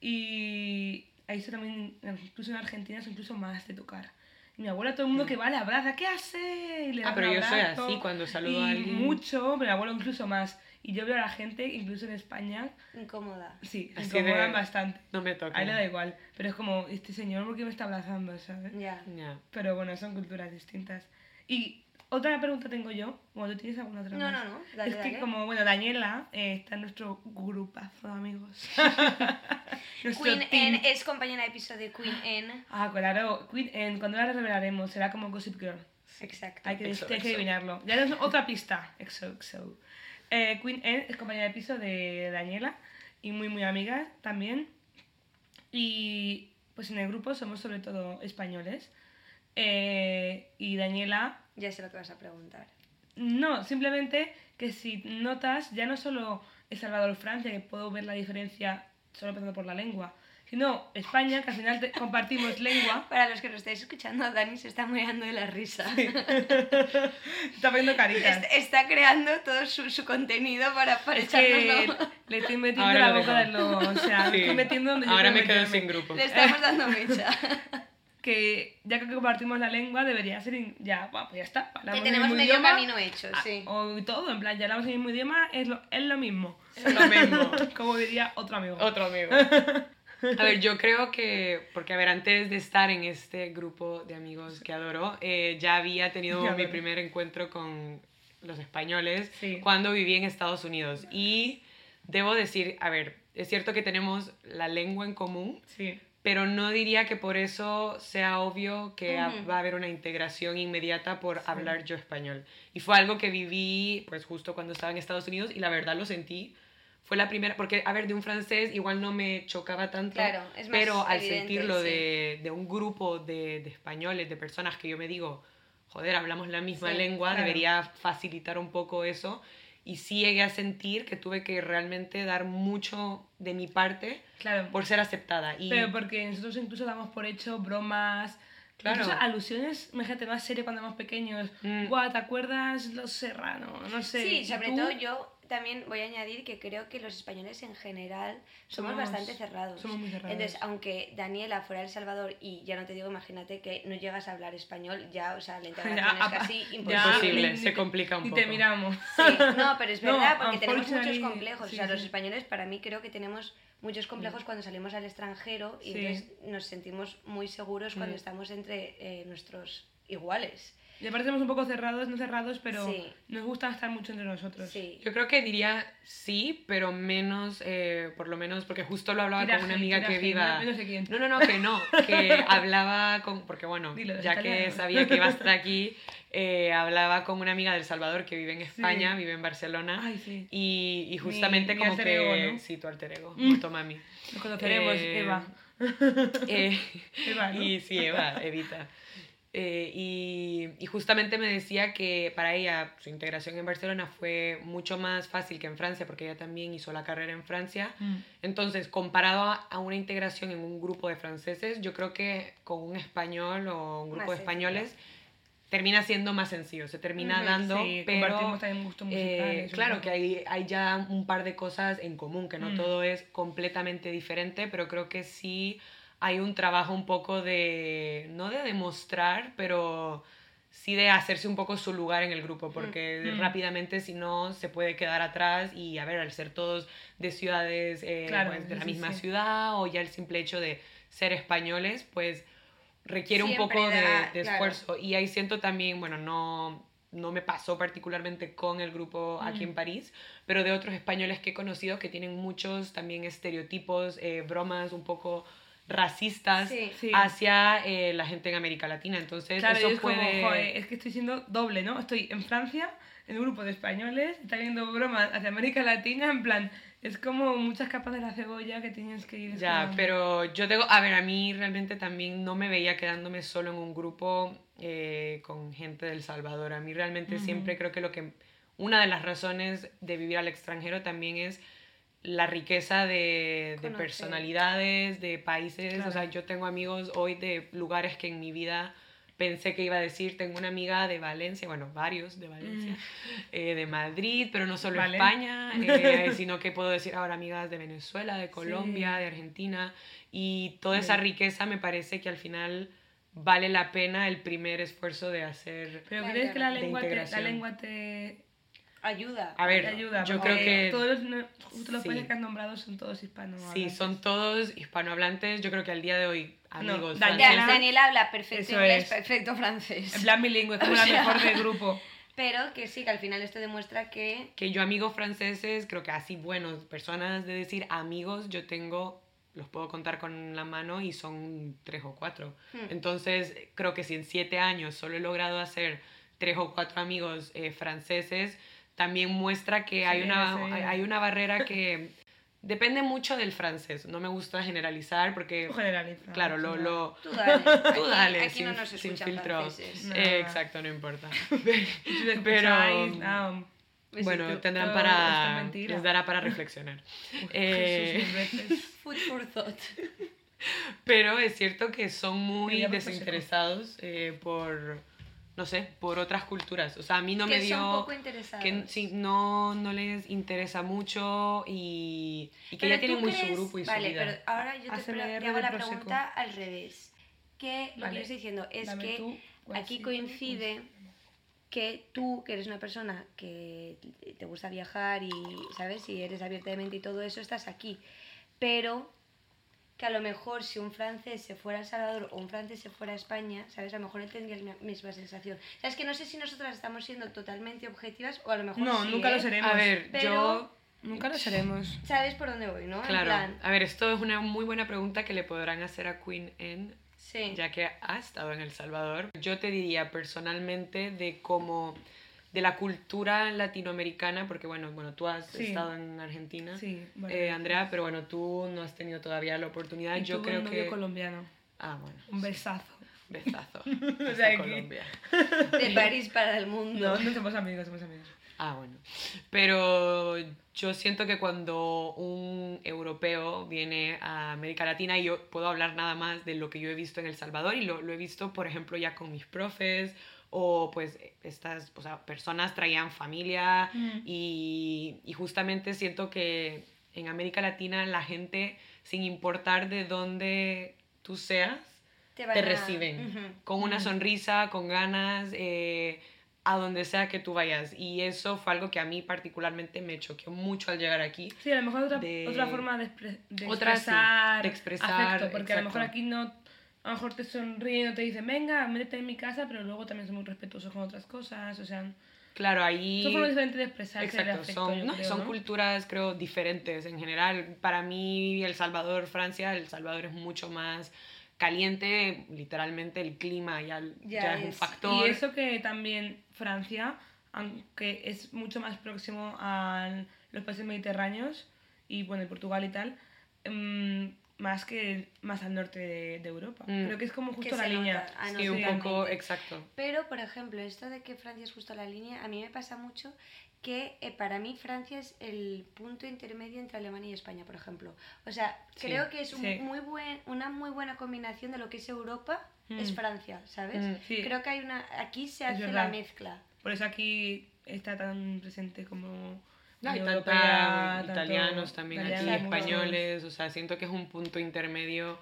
[SPEAKER 1] Y a eso también, incluso en Argentina es incluso más de tocar. Y mi abuela, todo el mundo que va, la abraza, ¿qué hace? Y le
[SPEAKER 5] Mm.
[SPEAKER 1] da
[SPEAKER 5] Ah,
[SPEAKER 1] un
[SPEAKER 5] pero yo soy
[SPEAKER 1] abrazo.
[SPEAKER 5] así cuando saludo a
[SPEAKER 1] Y
[SPEAKER 5] alguien.
[SPEAKER 1] mucho, pero mi abuelo incluso más. Y yo veo a la gente, incluso en España,
[SPEAKER 2] Incómoda.
[SPEAKER 1] sí, se
[SPEAKER 5] Así de-
[SPEAKER 1] incomodan bastante.
[SPEAKER 5] No me toca.
[SPEAKER 1] A él le da igual, pero es como, este señor, ¿por qué me está abrazando? ¿Sabes?
[SPEAKER 5] Mm.
[SPEAKER 2] Ya.
[SPEAKER 5] Ya.
[SPEAKER 1] Pero bueno, son culturas distintas. Y otra pregunta tengo yo. Bueno, ¿tú tienes alguna otra?
[SPEAKER 2] No,
[SPEAKER 1] más?
[SPEAKER 2] no, no, dale,
[SPEAKER 1] es que
[SPEAKER 2] dale.
[SPEAKER 1] como, bueno, Daniela eh, está en nuestro grupazo de amigos. Nuestro
[SPEAKER 2] Queen
[SPEAKER 1] team.
[SPEAKER 2] Anne es compañera de episodio de Queen Anne.
[SPEAKER 1] Ah, claro. Queen Anne, cuando la revelaremos, será como Gossip Girl.
[SPEAKER 2] Exacto.
[SPEAKER 1] Hay que,
[SPEAKER 5] Exo,
[SPEAKER 1] hay que
[SPEAKER 5] exo.
[SPEAKER 1] adivinarlo. Ya es otra pista. Exo, exo. Eh, Queen Anne es compañera de piso de Daniela y muy, muy amiga también. Y pues en el grupo somos sobre todo españoles. Eh, y Daniela
[SPEAKER 2] Ya sé lo que vas a preguntar.
[SPEAKER 1] no, simplemente que si notas, ya no solo El Salvador Francia, que puedo ver la diferencia solo pensando por la lengua, sino España, que al final te- compartimos lengua.
[SPEAKER 2] Para los que lo estáis escuchando, Dani se está muriendo de la risa.
[SPEAKER 1] Está poniendo caritas.
[SPEAKER 2] Est- Está creando todo su, su contenido para, para
[SPEAKER 1] Es que
[SPEAKER 2] echárnoslo.
[SPEAKER 1] le estoy metiendo
[SPEAKER 5] Ahora
[SPEAKER 1] la
[SPEAKER 5] lo
[SPEAKER 1] boca del
[SPEAKER 5] dejo.
[SPEAKER 1] lobo, o sea, le
[SPEAKER 5] Sí.
[SPEAKER 1] estoy metiendo donde yo
[SPEAKER 5] Ahora
[SPEAKER 1] quiero
[SPEAKER 5] me quedo
[SPEAKER 1] meterme.
[SPEAKER 5] sin grupo.
[SPEAKER 2] Le estamos dando mecha.
[SPEAKER 1] Que ya que compartimos la lengua, debería ser. in- Ya, bueno, pues ya está. hablamos
[SPEAKER 2] que
[SPEAKER 1] el
[SPEAKER 2] tenemos
[SPEAKER 1] mismo
[SPEAKER 2] medio
[SPEAKER 1] idioma,
[SPEAKER 2] camino hecho,
[SPEAKER 1] ah,
[SPEAKER 2] sí.
[SPEAKER 1] O todo, en plan, ya hablamos el mismo idioma, es lo, es lo mismo.
[SPEAKER 5] Es lo mismo.
[SPEAKER 1] Como diría otro amigo.
[SPEAKER 5] Otro amigo. A ver, yo creo que, porque a ver, antes de estar en este grupo de amigos que adoro, eh, ya había tenido
[SPEAKER 1] Que
[SPEAKER 5] mi
[SPEAKER 1] adoro.
[SPEAKER 5] primer encuentro con los españoles
[SPEAKER 1] Sí.
[SPEAKER 5] cuando viví en Estados Unidos. Y debo decir, a ver, es cierto que tenemos la lengua en común,
[SPEAKER 1] Sí.
[SPEAKER 5] pero no diría que por eso sea obvio que a-
[SPEAKER 2] Ujú.
[SPEAKER 5] va a haber una integración inmediata por hablar yo español. Y fue algo que viví pues justo cuando estaba en Estados Unidos y la verdad lo sentí. Fue la primera, porque a ver, de un francés igual no me chocaba tanto,
[SPEAKER 2] Claro, es más
[SPEAKER 5] pero al
[SPEAKER 2] evidente,
[SPEAKER 5] sentirlo
[SPEAKER 2] sí.
[SPEAKER 5] de, de un grupo de, de españoles, de personas que yo me digo, joder, hablamos la misma
[SPEAKER 2] Sí,
[SPEAKER 5] lengua,
[SPEAKER 1] claro.
[SPEAKER 5] debería facilitar un poco eso. Y sí llegué a sentir que tuve que realmente dar mucho de mi parte
[SPEAKER 1] Claro.
[SPEAKER 5] por ser aceptada. Y
[SPEAKER 1] Pero porque nosotros incluso damos por hecho bromas,
[SPEAKER 5] Claro.
[SPEAKER 1] incluso alusiones, imagínate, más serio cuando éramos pequeños.
[SPEAKER 5] Mm.
[SPEAKER 1] Guau, ¿te acuerdas Los Serrano? No sé.
[SPEAKER 2] Sí,
[SPEAKER 1] ¿y
[SPEAKER 2] sobre
[SPEAKER 1] tú?
[SPEAKER 2] todo yo también voy a añadir que creo que los españoles en general somos,
[SPEAKER 1] Somos-
[SPEAKER 2] bastante cerrados.
[SPEAKER 1] somos muy cerrados.
[SPEAKER 2] Entonces, aunque Daniela fuera de El Salvador y ya no te digo, imagínate que no llegas a hablar español, ya, o sea, la integración es
[SPEAKER 1] apa-
[SPEAKER 2] casi
[SPEAKER 1] ya,
[SPEAKER 2] imposible.
[SPEAKER 5] Imposible,
[SPEAKER 1] ni-
[SPEAKER 5] se
[SPEAKER 1] ni te-
[SPEAKER 5] complica un
[SPEAKER 1] ni te
[SPEAKER 5] poco.
[SPEAKER 1] miramos.
[SPEAKER 2] Sí, no, pero es
[SPEAKER 1] No,
[SPEAKER 2] verdad, porque tenemos muchos
[SPEAKER 1] unfortunately,
[SPEAKER 2] complejos.
[SPEAKER 1] sí,
[SPEAKER 2] o sea, los
[SPEAKER 1] sí. Mm.
[SPEAKER 2] españoles, para mí, creo que tenemos muchos complejos cuando salimos al extranjero y
[SPEAKER 1] Sí.
[SPEAKER 2] entonces nos sentimos muy seguros cuando
[SPEAKER 5] Mm.
[SPEAKER 2] estamos entre eh, nuestros iguales.
[SPEAKER 1] Y aparte somos un poco cerrados, no cerrados, pero
[SPEAKER 2] Sí.
[SPEAKER 1] nos gusta estar mucho entre nosotros.
[SPEAKER 2] Sí.
[SPEAKER 5] Yo creo que diría sí, pero menos, eh, por lo menos, porque justo lo hablaba
[SPEAKER 1] Tiraje,
[SPEAKER 5] con una amiga que
[SPEAKER 1] tiraje,
[SPEAKER 5] viva.
[SPEAKER 1] no- no sé quién.
[SPEAKER 5] No, no, no, que no, que hablaba con, porque bueno,
[SPEAKER 1] Dilo,
[SPEAKER 5] ya que
[SPEAKER 1] italiano.
[SPEAKER 5] sabía que iba a estar aquí, eh, hablaba con una amiga del Salvador que vive en España, vive en Barcelona.
[SPEAKER 1] Ay, sí.
[SPEAKER 5] Y, y justamente
[SPEAKER 1] mi
[SPEAKER 5] como
[SPEAKER 1] alter
[SPEAKER 5] que...
[SPEAKER 1] ego, ¿no?
[SPEAKER 5] Sí, tu alter ego,
[SPEAKER 1] Mm.
[SPEAKER 5] Motomami.
[SPEAKER 1] Nos conoceremos,
[SPEAKER 5] Eh,
[SPEAKER 1] Eva.
[SPEAKER 5] Eh,
[SPEAKER 1] Eva, ¿no?
[SPEAKER 5] Y sí, Eva, Evita. Eh, y, y justamente me decía que para ella su integración en Barcelona fue mucho más fácil que en Francia, porque ella también hizo la carrera en Francia.
[SPEAKER 1] Mm.
[SPEAKER 5] Entonces, comparado a, a una integración en un grupo de franceses, yo creo que con un español o un grupo
[SPEAKER 2] Más
[SPEAKER 5] de españoles termina siendo más sencillo, se termina
[SPEAKER 2] Ujú,
[SPEAKER 5] dando,
[SPEAKER 1] Sí,
[SPEAKER 5] pero
[SPEAKER 1] compartimos también gustos
[SPEAKER 5] eh,
[SPEAKER 1] musicales.
[SPEAKER 5] claro
[SPEAKER 1] ¿no?
[SPEAKER 5] que hay, hay ya un par de cosas en común, que no
[SPEAKER 1] Mm.
[SPEAKER 5] todo es completamente diferente, pero creo que sí hay un trabajo un poco de, no de demostrar, pero sí de hacerse un poco su lugar en el grupo, porque
[SPEAKER 1] Mm.
[SPEAKER 5] rápidamente si no se puede quedar atrás y a ver, al ser todos de ciudades eh,
[SPEAKER 1] Claro,
[SPEAKER 5] pues, de la
[SPEAKER 1] sí, sí,
[SPEAKER 5] misma
[SPEAKER 1] sí.
[SPEAKER 5] ciudad o ya el simple hecho de ser españoles, pues requiere un
[SPEAKER 2] Siempre
[SPEAKER 5] poco de,
[SPEAKER 2] da-
[SPEAKER 5] de
[SPEAKER 2] claro.
[SPEAKER 5] esfuerzo. Y ahí siento también, bueno, no, no me pasó particularmente con el grupo aquí en París, pero de otros españoles que he conocido que tienen muchos también estereotipos, eh, bromas un poco racistas
[SPEAKER 2] Sí.
[SPEAKER 1] Sí.
[SPEAKER 5] hacia eh, la gente en América Latina. Entonces,
[SPEAKER 1] Claro,
[SPEAKER 5] E-, eso
[SPEAKER 1] y es
[SPEAKER 5] puede...
[SPEAKER 1] como, "Joder, es que estoy siendo doble, ¿no? Estoy en Francia, en un grupo de españoles, está viendo bromas hacia América Latina, en plan, es como muchas capas de la cebolla que tienes que ir.
[SPEAKER 5] Ya,
[SPEAKER 1] escalando.
[SPEAKER 5] pero yo tengo, a ver, a mí realmente también no me veía quedándome solo en un grupo eh, con gente del Salvador. A mí realmente
[SPEAKER 1] Ujú.
[SPEAKER 5] siempre creo que lo que, una de las razones de vivir al extranjero también es la riqueza de, de
[SPEAKER 2] Conocer.
[SPEAKER 5] personalidades, de países. O
[SPEAKER 1] Claro.
[SPEAKER 5] sea, yo tengo amigos hoy de lugares que en mi vida pensé que iba a decir, tengo una amiga de Valencia, bueno, varios de
[SPEAKER 1] Mm,
[SPEAKER 5] Valencia, eh, de Madrid, pero no solo
[SPEAKER 1] Vale.
[SPEAKER 5] España, eh, sino que puedo decir ahora amigas de Venezuela, de Colombia,
[SPEAKER 1] Sí.
[SPEAKER 5] de Argentina, y toda esa riqueza me parece que al final vale la pena el primer esfuerzo de hacer...
[SPEAKER 1] ¿Pero
[SPEAKER 2] Claro,
[SPEAKER 1] crees que la
[SPEAKER 5] de
[SPEAKER 1] lengua, te, la
[SPEAKER 5] integración.
[SPEAKER 1] lengua te,
[SPEAKER 2] Ayuda.
[SPEAKER 5] A ver,
[SPEAKER 1] te ayuda?
[SPEAKER 5] yo
[SPEAKER 1] Porque
[SPEAKER 5] creo que...
[SPEAKER 1] Todos los, no- justo los
[SPEAKER 5] sí.
[SPEAKER 1] países que han nombrado son todos hispanos.
[SPEAKER 5] Sí, son todos hispanohablantes, yo creo que al día de hoy,
[SPEAKER 1] No,
[SPEAKER 5] amigos...
[SPEAKER 1] Daniela-
[SPEAKER 5] franceses-
[SPEAKER 2] Ya, Daniel habla perfecto
[SPEAKER 1] Eso
[SPEAKER 2] inglés,
[SPEAKER 1] es.
[SPEAKER 2] perfecto francés.
[SPEAKER 1] En plan bilingüe, es como
[SPEAKER 2] O
[SPEAKER 1] la
[SPEAKER 2] sea.
[SPEAKER 1] mejor del grupo.
[SPEAKER 2] Pero que sí, que al final esto demuestra que
[SPEAKER 5] que yo amigos franceses, creo que así, bueno, personas de decir amigos, yo tengo, los puedo contar con la mano y son tres o cuatro.
[SPEAKER 2] Hmm.
[SPEAKER 5] Entonces, creo que si en siete años solo he logrado hacer tres o cuatro amigos eh, franceses, también muestra que hay,
[SPEAKER 1] Sí,
[SPEAKER 5] una,
[SPEAKER 1] sí.
[SPEAKER 5] hay- hay una barrera que depende mucho del francés. No me gusta generalizar porque,
[SPEAKER 1] Tú generalizas.
[SPEAKER 5] claro,
[SPEAKER 1] no
[SPEAKER 5] lo...
[SPEAKER 1] pasa
[SPEAKER 5] lo
[SPEAKER 2] tú dale.
[SPEAKER 5] Tú
[SPEAKER 2] aquí-
[SPEAKER 5] dale,
[SPEAKER 2] aquí,
[SPEAKER 5] sin-
[SPEAKER 2] no nos
[SPEAKER 5] sin
[SPEAKER 2] escuchan
[SPEAKER 5] filtro.
[SPEAKER 2] franceses. Pues
[SPEAKER 1] No.
[SPEAKER 5] Eh, exacto, no importa.
[SPEAKER 1] nada.
[SPEAKER 5] Pero...
[SPEAKER 1] Escucháis, ah,
[SPEAKER 5] Bueno,
[SPEAKER 1] Besito.
[SPEAKER 5] tendrán
[SPEAKER 1] Todo esto es
[SPEAKER 5] para.
[SPEAKER 1] mentira.
[SPEAKER 5] Les dará para reflexionar. Eh,
[SPEAKER 1] Jesús, mil veces.
[SPEAKER 2] Food for thought.
[SPEAKER 5] pero es cierto que son muy
[SPEAKER 1] Queríamos
[SPEAKER 5] desinteresados eh, por. No sé, por otras culturas. O sea, a mí no
[SPEAKER 2] que
[SPEAKER 5] me dio.
[SPEAKER 2] son poco interesados.
[SPEAKER 5] que sí, no, no les interesa mucho y, y que
[SPEAKER 2] Pero
[SPEAKER 5] ya tienen
[SPEAKER 2] tú
[SPEAKER 5] muy su
[SPEAKER 2] crees-
[SPEAKER 5] grupo y
[SPEAKER 2] vale,
[SPEAKER 5] su vida.
[SPEAKER 2] pero ahora yo te,
[SPEAKER 1] ASMR
[SPEAKER 2] pre- te
[SPEAKER 1] de
[SPEAKER 2] hago la
[SPEAKER 1] Prosecco.
[SPEAKER 2] pregunta al revés. Que lo que
[SPEAKER 1] Vale.
[SPEAKER 2] yo estoy diciendo es
[SPEAKER 1] Dame
[SPEAKER 2] que
[SPEAKER 1] tú, pues,
[SPEAKER 2] aquí
[SPEAKER 1] sí,
[SPEAKER 2] coincide
[SPEAKER 1] pues, sí.
[SPEAKER 2] que tú, que eres una persona que te gusta viajar y, ¿sabes? Y eres abierta de mente y todo eso, estás aquí. Pero que a lo mejor si un francés se fuera a El Salvador o un francés se fuera a España, ¿sabes? A lo mejor él tendría la misma sensación. O sea, es que no sé si nosotras estamos siendo totalmente objetivas o a lo mejor
[SPEAKER 1] No,
[SPEAKER 2] sí,
[SPEAKER 1] nunca
[SPEAKER 2] ¿eh?
[SPEAKER 1] lo seremos.
[SPEAKER 5] a ver,
[SPEAKER 2] pero-
[SPEAKER 5] yo.
[SPEAKER 1] Nunca lo seremos.
[SPEAKER 2] ¿Sabes por dónde voy, no? En
[SPEAKER 5] Claro.
[SPEAKER 2] plan,
[SPEAKER 5] A ver, esto es una muy buena pregunta que le podrán hacer a Queen en
[SPEAKER 2] sí.
[SPEAKER 5] ya que ha estado en El Salvador. Yo te diría personalmente de cómo, de la cultura latinoamericana, porque bueno, bueno tú has
[SPEAKER 1] Sí.
[SPEAKER 5] estado en Argentina,
[SPEAKER 1] Sí, vale.
[SPEAKER 5] eh, Andrea, pero bueno, tú no has tenido todavía la oportunidad.
[SPEAKER 1] Y
[SPEAKER 5] Yo
[SPEAKER 1] tuve
[SPEAKER 5] creo
[SPEAKER 1] un novio
[SPEAKER 5] que...
[SPEAKER 1] colombiano.
[SPEAKER 5] Ah, bueno.
[SPEAKER 1] Un besazo.
[SPEAKER 5] Besazo. Hasta
[SPEAKER 1] sea, que-
[SPEAKER 5] Colombia.
[SPEAKER 2] De París para el mundo.
[SPEAKER 1] No, no somos amigos, somos amigos.
[SPEAKER 5] Ah, bueno. Pero yo siento que cuando un europeo viene a América Latina, y yo puedo hablar nada más de lo que yo he visto en El Salvador y lo, lo he visto, por ejemplo, ya con mis profes o pues estas o sea, personas traían familia
[SPEAKER 1] Mm.
[SPEAKER 5] y, y justamente siento que en América Latina la gente, sin importar de dónde tú seas,
[SPEAKER 2] van
[SPEAKER 5] te
[SPEAKER 2] a-
[SPEAKER 5] reciben
[SPEAKER 2] Ujú.
[SPEAKER 5] con una sonrisa, con ganas, eh, a donde sea que tú vayas. Y eso fue algo que a mí particularmente me choqueó mucho al llegar aquí.
[SPEAKER 1] Sí, a lo mejor otra,
[SPEAKER 5] De-
[SPEAKER 1] otra forma de, expre- de
[SPEAKER 5] Otra, sí,
[SPEAKER 1] expresar,
[SPEAKER 5] de expresar,
[SPEAKER 1] afecto, porque a lo mejor
[SPEAKER 5] exacto.
[SPEAKER 1] aquí no, a lo mejor te sonríen o te dicen, venga, métete en mi casa, pero luego también son muy respetuosos con otras cosas, o sea,
[SPEAKER 5] Claro,
[SPEAKER 1] son formas
[SPEAKER 5] ahí...
[SPEAKER 1] diferentes de expresar
[SPEAKER 5] Exacto, son, no, son culturas, creo, diferentes en general. Para mí, El Salvador, Francia, El Salvador es mucho más caliente, literalmente el clima ya,
[SPEAKER 2] Ya
[SPEAKER 5] ya es un
[SPEAKER 2] es.
[SPEAKER 5] factor.
[SPEAKER 1] Y eso que también Francia, aunque es mucho más próximo a los países mediterráneos y bueno, y Portugal y tal, mm, más que más al norte de, de Europa.
[SPEAKER 5] Mm.
[SPEAKER 1] Creo que es como
[SPEAKER 2] Que
[SPEAKER 1] justo
[SPEAKER 2] se
[SPEAKER 1] la línea.
[SPEAKER 2] nota. Ah, no,
[SPEAKER 5] Sí, un
[SPEAKER 1] totalmente.
[SPEAKER 5] poco, exacto.
[SPEAKER 2] Pero, por ejemplo, esto de que Francia es justo la línea, a mí me pasa mucho que eh, para mí Francia es el punto intermedio entre Alemania y España, por ejemplo. O sea,
[SPEAKER 5] Sí,
[SPEAKER 2] creo que es un
[SPEAKER 1] sí.
[SPEAKER 2] muy buen, una muy buena combinación de lo que es Europa,
[SPEAKER 1] Mm.
[SPEAKER 2] es Francia, ¿sabes?
[SPEAKER 5] Mm,
[SPEAKER 1] sí.
[SPEAKER 2] Creo que hay una aquí se
[SPEAKER 1] Es
[SPEAKER 2] hace la
[SPEAKER 1] verdad.
[SPEAKER 2] mezcla.
[SPEAKER 1] Por eso aquí está tan presente como
[SPEAKER 5] No, hay
[SPEAKER 1] Unión
[SPEAKER 5] tanta-
[SPEAKER 1] Europea, tanto
[SPEAKER 5] italianos también aquí,
[SPEAKER 1] italianos.
[SPEAKER 5] españoles, o sea, siento que es un punto intermedio.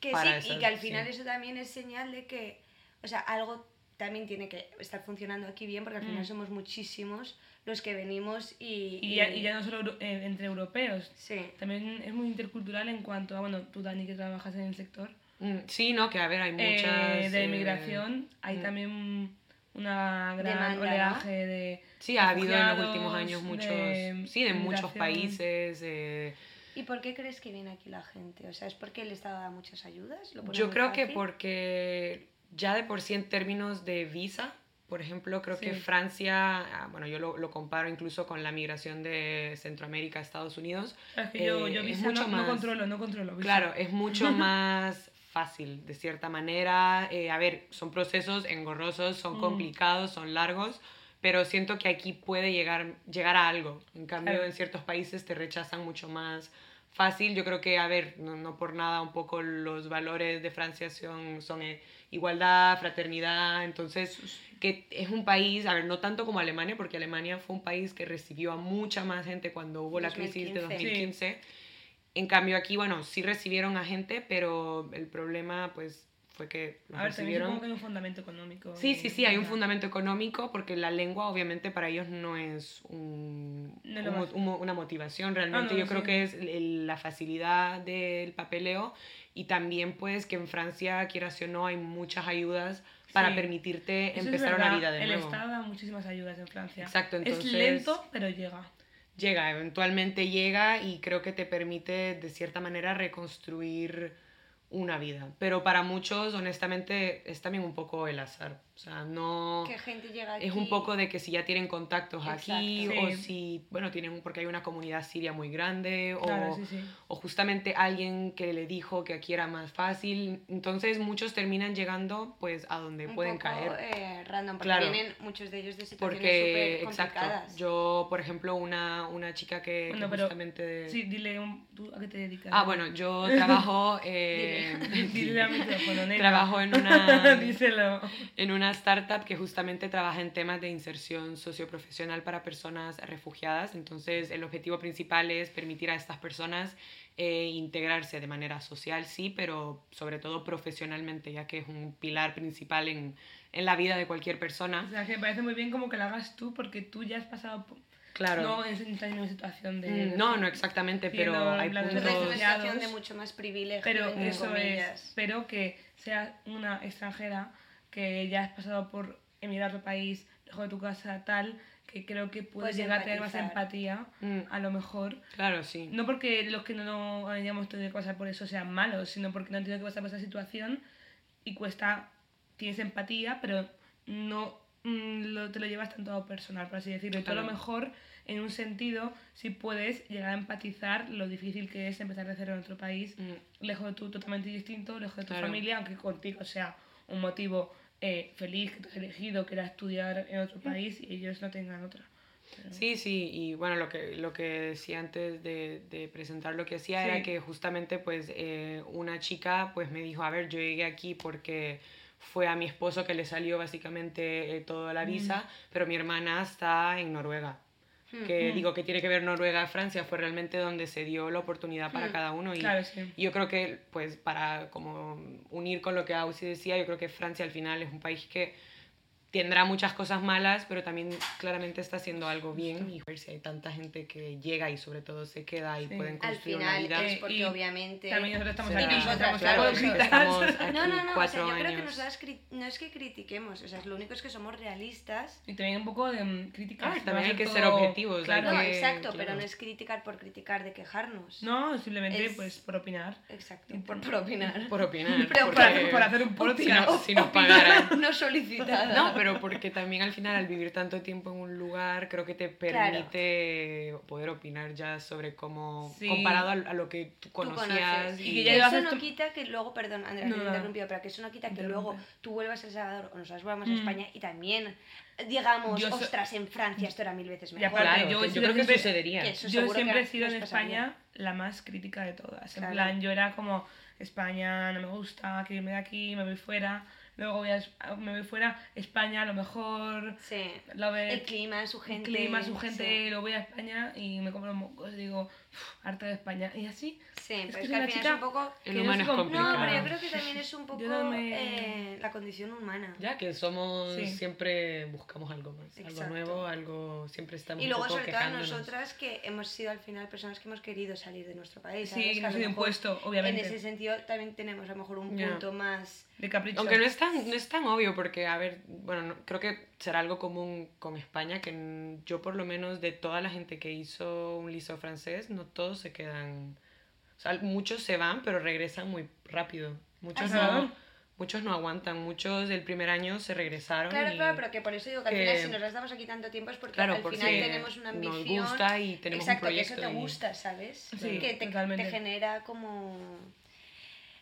[SPEAKER 2] Que
[SPEAKER 5] Para
[SPEAKER 2] sí,
[SPEAKER 5] esas,
[SPEAKER 2] y que al final
[SPEAKER 5] sí.
[SPEAKER 2] eso también es señal de que, o sea, algo también tiene que estar funcionando aquí bien, porque al final
[SPEAKER 1] Mm.
[SPEAKER 2] somos muchísimos los que venimos y...
[SPEAKER 1] Y ya, y ya no solo euro- eh, entre europeos,
[SPEAKER 2] Sí.
[SPEAKER 1] también es muy intercultural en cuanto a, bueno, tú Dani que trabajas en el sector,
[SPEAKER 5] Mm, Sí, no, que a ver, hay muchas...
[SPEAKER 1] eh, de
[SPEAKER 5] eh,
[SPEAKER 1] inmigración, hay
[SPEAKER 5] mm.
[SPEAKER 1] también una gran
[SPEAKER 2] Demanda, ¿no?
[SPEAKER 1] oleaje de...
[SPEAKER 5] Sí, ha habido en los
[SPEAKER 1] refugiados,
[SPEAKER 5] últimos años muchos...
[SPEAKER 1] de
[SPEAKER 5] sí, de muchos
[SPEAKER 1] inmigración.
[SPEAKER 5] países. eh,
[SPEAKER 2] ¿Y por qué crees que viene aquí la gente? O sea, ¿es porque el Estado da muchas ayudas? ¿Lo pone
[SPEAKER 5] Yo
[SPEAKER 2] muy
[SPEAKER 5] creo que
[SPEAKER 2] fácil?
[SPEAKER 5] porque ya de por sí en términos de visa, por ejemplo, creo que
[SPEAKER 1] Sí.
[SPEAKER 5] Francia, ah, bueno, yo lo, lo comparo incluso con la migración de Centroamérica a Estados Unidos.
[SPEAKER 1] Es que yo,
[SPEAKER 5] eh,
[SPEAKER 1] yo
[SPEAKER 5] es
[SPEAKER 1] visa
[SPEAKER 5] mucho
[SPEAKER 1] no, no
[SPEAKER 5] más-
[SPEAKER 1] controlo, no controlo. visa.
[SPEAKER 5] Claro, es mucho más fácil, de cierta manera. Eh, a ver, son procesos engorrosos, son
[SPEAKER 1] Mm.
[SPEAKER 5] complicados, son largos, pero siento que aquí puede llegar, llegar a algo. En cambio,
[SPEAKER 1] Claro.
[SPEAKER 5] en ciertos países te rechazan mucho más fácil. Yo creo que, a ver, no, no por nada, un poco los valores de Francia son, son eh, igualdad, fraternidad, entonces que es un país, a ver, no tanto como Alemania, porque Alemania fue un país que recibió a mucha más gente cuando hubo la crisis de
[SPEAKER 2] 2015.
[SPEAKER 5] 2015. En cambio aquí, bueno, sí recibieron a gente, pero el problema pues fue que los
[SPEAKER 1] A ver, también
[SPEAKER 5] recibieron.
[SPEAKER 1] supongo que hay un fundamento económico.
[SPEAKER 5] Sí,
[SPEAKER 1] y-
[SPEAKER 5] sí, sí, hay un
[SPEAKER 1] ya.
[SPEAKER 5] fundamento económico porque la lengua obviamente para ellos no es un-
[SPEAKER 1] No lo
[SPEAKER 5] un mo-
[SPEAKER 1] más.
[SPEAKER 5] un mo- una motivación
[SPEAKER 1] Ah,
[SPEAKER 5] realmente.
[SPEAKER 1] no,
[SPEAKER 5] Yo creo
[SPEAKER 1] sí.
[SPEAKER 5] que es el- la facilidad del papeleo y también pues que en Francia, quieras o no, hay muchas ayudas para
[SPEAKER 1] Sí.
[SPEAKER 5] permitirte
[SPEAKER 1] Eso es
[SPEAKER 5] empezar una
[SPEAKER 1] verdad,
[SPEAKER 5] vida de
[SPEAKER 1] El
[SPEAKER 5] nuevo.
[SPEAKER 1] Estado da muchísimas ayudas en Francia.
[SPEAKER 5] Exacto, entonces-
[SPEAKER 1] Es lento, pero llega.
[SPEAKER 5] llega, eventualmente llega y creo que te permite de cierta manera reconstruir una vida. Pero para muchos, honestamente, es también un poco el azar. O sea, no...
[SPEAKER 2] Que gente llega aquí...
[SPEAKER 5] Es un poco de que si ya tienen contactos aquí
[SPEAKER 1] Exacto.
[SPEAKER 5] o
[SPEAKER 1] Sí.
[SPEAKER 5] si, bueno, tienen un- porque hay una comunidad siria muy grande o,
[SPEAKER 1] Claro, sí, sí.
[SPEAKER 5] o justamente alguien que le dijo que aquí era más fácil. Entonces muchos terminan llegando pues a donde
[SPEAKER 2] un
[SPEAKER 5] pueden
[SPEAKER 2] poco,
[SPEAKER 5] caer.
[SPEAKER 2] eh, random, porque
[SPEAKER 5] Claro.
[SPEAKER 2] vienen muchos de ellos de situaciones
[SPEAKER 5] Porque,
[SPEAKER 2] súper
[SPEAKER 5] exacto,
[SPEAKER 2] complicadas.
[SPEAKER 5] yo, por ejemplo, una, una chica que, que
[SPEAKER 1] Bueno, pero-
[SPEAKER 5] justamente... de-
[SPEAKER 1] Sí, dile un- tú a qué te dedicas.
[SPEAKER 5] eh, Ah, bueno, yo trabajo, eh,
[SPEAKER 1] Dile a mi teléfono, nena.
[SPEAKER 5] trabajo en, una,
[SPEAKER 1] Díselo.
[SPEAKER 5] en una startup que justamente trabaja en temas de inserción socioprofesional para personas refugiadas. Entonces, el objetivo principal es permitir a estas personas eh, integrarse de manera social, sí, pero sobre todo profesionalmente, ya que es un pilar principal en, en la vida de cualquier
[SPEAKER 1] O
[SPEAKER 5] persona.
[SPEAKER 1] sea, que me parece muy bien como que lo hagas tú porque tú ya has pasado... po-
[SPEAKER 5] Claro.
[SPEAKER 1] No en esa misma situación de...
[SPEAKER 5] Mm, No, no exactamente, pero
[SPEAKER 1] Siendo
[SPEAKER 5] hay
[SPEAKER 1] blanco.
[SPEAKER 2] Entonces, es
[SPEAKER 5] puntos...
[SPEAKER 2] una
[SPEAKER 1] Refugiados.
[SPEAKER 2] situación de mucho más privilegio,
[SPEAKER 1] Pero
[SPEAKER 2] entre
[SPEAKER 1] eso
[SPEAKER 2] comillas.
[SPEAKER 1] es... Espero que seas una extranjera que ya has pasado por emigrar a otro país, lejos de tu casa, tal, que creo que puedes
[SPEAKER 2] Puedes
[SPEAKER 1] llegar a tener más
[SPEAKER 2] empatizar.
[SPEAKER 1] empatía,
[SPEAKER 5] Mm,
[SPEAKER 1] a lo mejor.
[SPEAKER 5] Claro, sí.
[SPEAKER 1] No porque los que no hayamos tenido que pasar por eso sean malos, sino porque no han tenido que pasar por esa situación y cuesta, tienes empatía, pero no mm, lo, te lo llevas tanto a lo personal, por así decirlo. Y Tú a lo
[SPEAKER 5] Claro.
[SPEAKER 1] mejor, en un sentido, si puedes llegar a empatizar lo difícil que es empezar de cero en otro país,
[SPEAKER 5] Mm.
[SPEAKER 1] lejos de tu totalmente distinto, lejos de tu
[SPEAKER 5] Claro.
[SPEAKER 1] familia, aunque contigo sea un motivo eh, feliz que tú has elegido, que era estudiar en otro país y ellos no tengan otra. Pero-
[SPEAKER 5] Sí, sí, y bueno, lo que, lo que decía antes de, de presentar lo que hacía
[SPEAKER 1] Sí.
[SPEAKER 5] era que justamente pues eh, una chica pues me dijo, a ver, yo llegué aquí porque fue a mi esposo que le salió básicamente eh, toda
[SPEAKER 1] Mm.
[SPEAKER 5] la visa, pero mi hermana está en Noruega.
[SPEAKER 2] Hmm.
[SPEAKER 5] Que
[SPEAKER 1] Mm.
[SPEAKER 5] digo que tiene que ver Noruega, Francia, fue realmente donde se dio la oportunidad para
[SPEAKER 2] Mm.
[SPEAKER 5] cada uno y
[SPEAKER 1] Claro, sí.
[SPEAKER 5] y yo creo que, pues, para como unir con lo que Ausi decía, yo creo que Francia al final es un país que tendrá muchas cosas malas, pero también claramente está haciendo algo bien. Y ver si hay tanta gente que llega y sobre todo se queda y
[SPEAKER 1] Sí.
[SPEAKER 5] pueden
[SPEAKER 2] Hmm. Al
[SPEAKER 5] construir una
[SPEAKER 2] final eh,
[SPEAKER 5] vida.
[SPEAKER 2] es porque
[SPEAKER 1] Eh, Y
[SPEAKER 2] obviamente...
[SPEAKER 1] También nosotros estamos
[SPEAKER 5] Sí, Ah,
[SPEAKER 1] aquí,
[SPEAKER 2] nosotras,
[SPEAKER 1] estamos
[SPEAKER 2] claro,
[SPEAKER 1] aquí,
[SPEAKER 2] nosotras
[SPEAKER 1] estamos-
[SPEAKER 5] estamos-
[SPEAKER 2] No, no, no, o sea,
[SPEAKER 5] cuatro
[SPEAKER 2] yo creo que
[SPEAKER 5] años.
[SPEAKER 2] nosotras cri- no es que critiquemos, o sea, lo único es que somos realistas.
[SPEAKER 1] Y también un poco de mm, críticas.
[SPEAKER 5] Ah,
[SPEAKER 1] no
[SPEAKER 5] también hay
[SPEAKER 1] hacer
[SPEAKER 5] que ser
[SPEAKER 1] todo-
[SPEAKER 5] objetivos, hay
[SPEAKER 1] Claro.
[SPEAKER 2] no,
[SPEAKER 5] que-
[SPEAKER 2] exacto, pero
[SPEAKER 5] claro.
[SPEAKER 2] no es criticar por criticar de quejarnos.
[SPEAKER 1] No, simplemente
[SPEAKER 2] Es-
[SPEAKER 1] pues por opinar.
[SPEAKER 2] Exacto, por, por opinar.
[SPEAKER 5] Por opinar.
[SPEAKER 2] Pero
[SPEAKER 1] Por,
[SPEAKER 5] Ah, porque-
[SPEAKER 1] hacer- por hacer un
[SPEAKER 5] si,
[SPEAKER 1] podcast.
[SPEAKER 5] no- si nos pagaran.
[SPEAKER 2] No solicitada.
[SPEAKER 5] No, pero porque también al final, al vivir tanto tiempo en un lugar, creo que te
[SPEAKER 2] Claro.
[SPEAKER 5] permite poder opinar ya sobre cómo,
[SPEAKER 1] Sí.
[SPEAKER 5] comparado a, a lo que tú
[SPEAKER 2] Tú conoces.
[SPEAKER 5] conocías.
[SPEAKER 1] Y
[SPEAKER 2] Y
[SPEAKER 1] que ya
[SPEAKER 2] eso
[SPEAKER 1] llevas
[SPEAKER 2] no
[SPEAKER 1] esto-
[SPEAKER 2] quita que luego, perdón, Andrea,
[SPEAKER 1] No,
[SPEAKER 2] que te he
[SPEAKER 1] no.
[SPEAKER 2] interrumpido, pero que eso no quita que
[SPEAKER 1] Interrumpe.
[SPEAKER 2] luego tú vuelvas a El Salvador o nosotros volvamos a
[SPEAKER 1] Mm.
[SPEAKER 2] España y también digamos,
[SPEAKER 1] Yo so-
[SPEAKER 2] ostras, en Francia esto era mil veces
[SPEAKER 1] Y
[SPEAKER 2] mejor.
[SPEAKER 1] aparte, Claro, yo-
[SPEAKER 5] que
[SPEAKER 1] yo creo que
[SPEAKER 5] sucedería.
[SPEAKER 2] que eso
[SPEAKER 1] yo
[SPEAKER 2] seguro que
[SPEAKER 1] siempre he sido
[SPEAKER 2] nos
[SPEAKER 1] en
[SPEAKER 2] pasaría.
[SPEAKER 1] España la más crítica de todas. En
[SPEAKER 2] Claro.
[SPEAKER 1] plan, yo era como, España no me gusta, quiero irme de aquí, me voy fuera. Luego voy a Es- me voy fuera, España a lo mejor,
[SPEAKER 2] Sí.
[SPEAKER 1] lo ves,
[SPEAKER 2] El clima, su
[SPEAKER 1] Eh, el
[SPEAKER 2] gente.
[SPEAKER 1] clima, su gente,
[SPEAKER 2] sí.
[SPEAKER 1] luego voy a España y me compro mocos y digo, "Uf, harta de España. Y así,
[SPEAKER 2] Sí,
[SPEAKER 1] Es
[SPEAKER 2] pero
[SPEAKER 1] que
[SPEAKER 2] es
[SPEAKER 1] soy
[SPEAKER 2] que al final
[SPEAKER 1] una
[SPEAKER 2] es
[SPEAKER 1] chica-
[SPEAKER 2] un poco...
[SPEAKER 5] El
[SPEAKER 1] que no
[SPEAKER 5] humano es
[SPEAKER 1] se
[SPEAKER 5] complicado.
[SPEAKER 2] No,
[SPEAKER 1] complica.
[SPEAKER 2] pero yo creo que también es un poco
[SPEAKER 1] no me-
[SPEAKER 2] eh, la condición humana.
[SPEAKER 5] Ya que somos,
[SPEAKER 1] Sí.
[SPEAKER 5] siempre buscamos algo más,
[SPEAKER 2] Exacto.
[SPEAKER 5] algo nuevo, algo, siempre estamos
[SPEAKER 2] Y
[SPEAKER 5] un
[SPEAKER 2] luego,
[SPEAKER 5] poco
[SPEAKER 2] sobre todo, a
[SPEAKER 5] quejándonos.
[SPEAKER 2] nosotras que hemos sido al final personas que hemos querido salir de nuestro país. ¿sabes?
[SPEAKER 1] sí,
[SPEAKER 2] Que a
[SPEAKER 1] no
[SPEAKER 2] lo
[SPEAKER 1] soy de
[SPEAKER 2] mejor
[SPEAKER 1] impuesto,
[SPEAKER 2] En
[SPEAKER 1] obviamente.
[SPEAKER 2] ese sentido, también tenemos a lo mejor un
[SPEAKER 5] Ya.
[SPEAKER 2] punto más.
[SPEAKER 1] De capricho.
[SPEAKER 5] Aunque no es, tan, no es tan obvio, porque, a ver, bueno, no- creo que será algo común con España, que n- yo por lo menos de toda la gente que hizo un liso francés, no todos se quedan, o sea, muchos se van, pero regresan muy rápido. Muchos,
[SPEAKER 1] Ajá.
[SPEAKER 5] no, muchos no aguantan, muchos del primer año se regresaron.
[SPEAKER 2] Claro,
[SPEAKER 5] y-
[SPEAKER 2] claro, pero que por eso digo que,
[SPEAKER 5] que-
[SPEAKER 2] al final, si nos las damos aquí tanto tiempo es porque
[SPEAKER 5] claro,
[SPEAKER 2] al
[SPEAKER 5] porque
[SPEAKER 2] final tenemos una
[SPEAKER 5] nos
[SPEAKER 2] ambición.
[SPEAKER 5] gusta y tenemos
[SPEAKER 2] Exacto,
[SPEAKER 5] un
[SPEAKER 2] que eso
[SPEAKER 5] proyecto.
[SPEAKER 2] te
[SPEAKER 5] y-
[SPEAKER 2] gusta, ¿sabes?
[SPEAKER 1] Sí,
[SPEAKER 2] que te,
[SPEAKER 1] totalmente.
[SPEAKER 2] te genera como.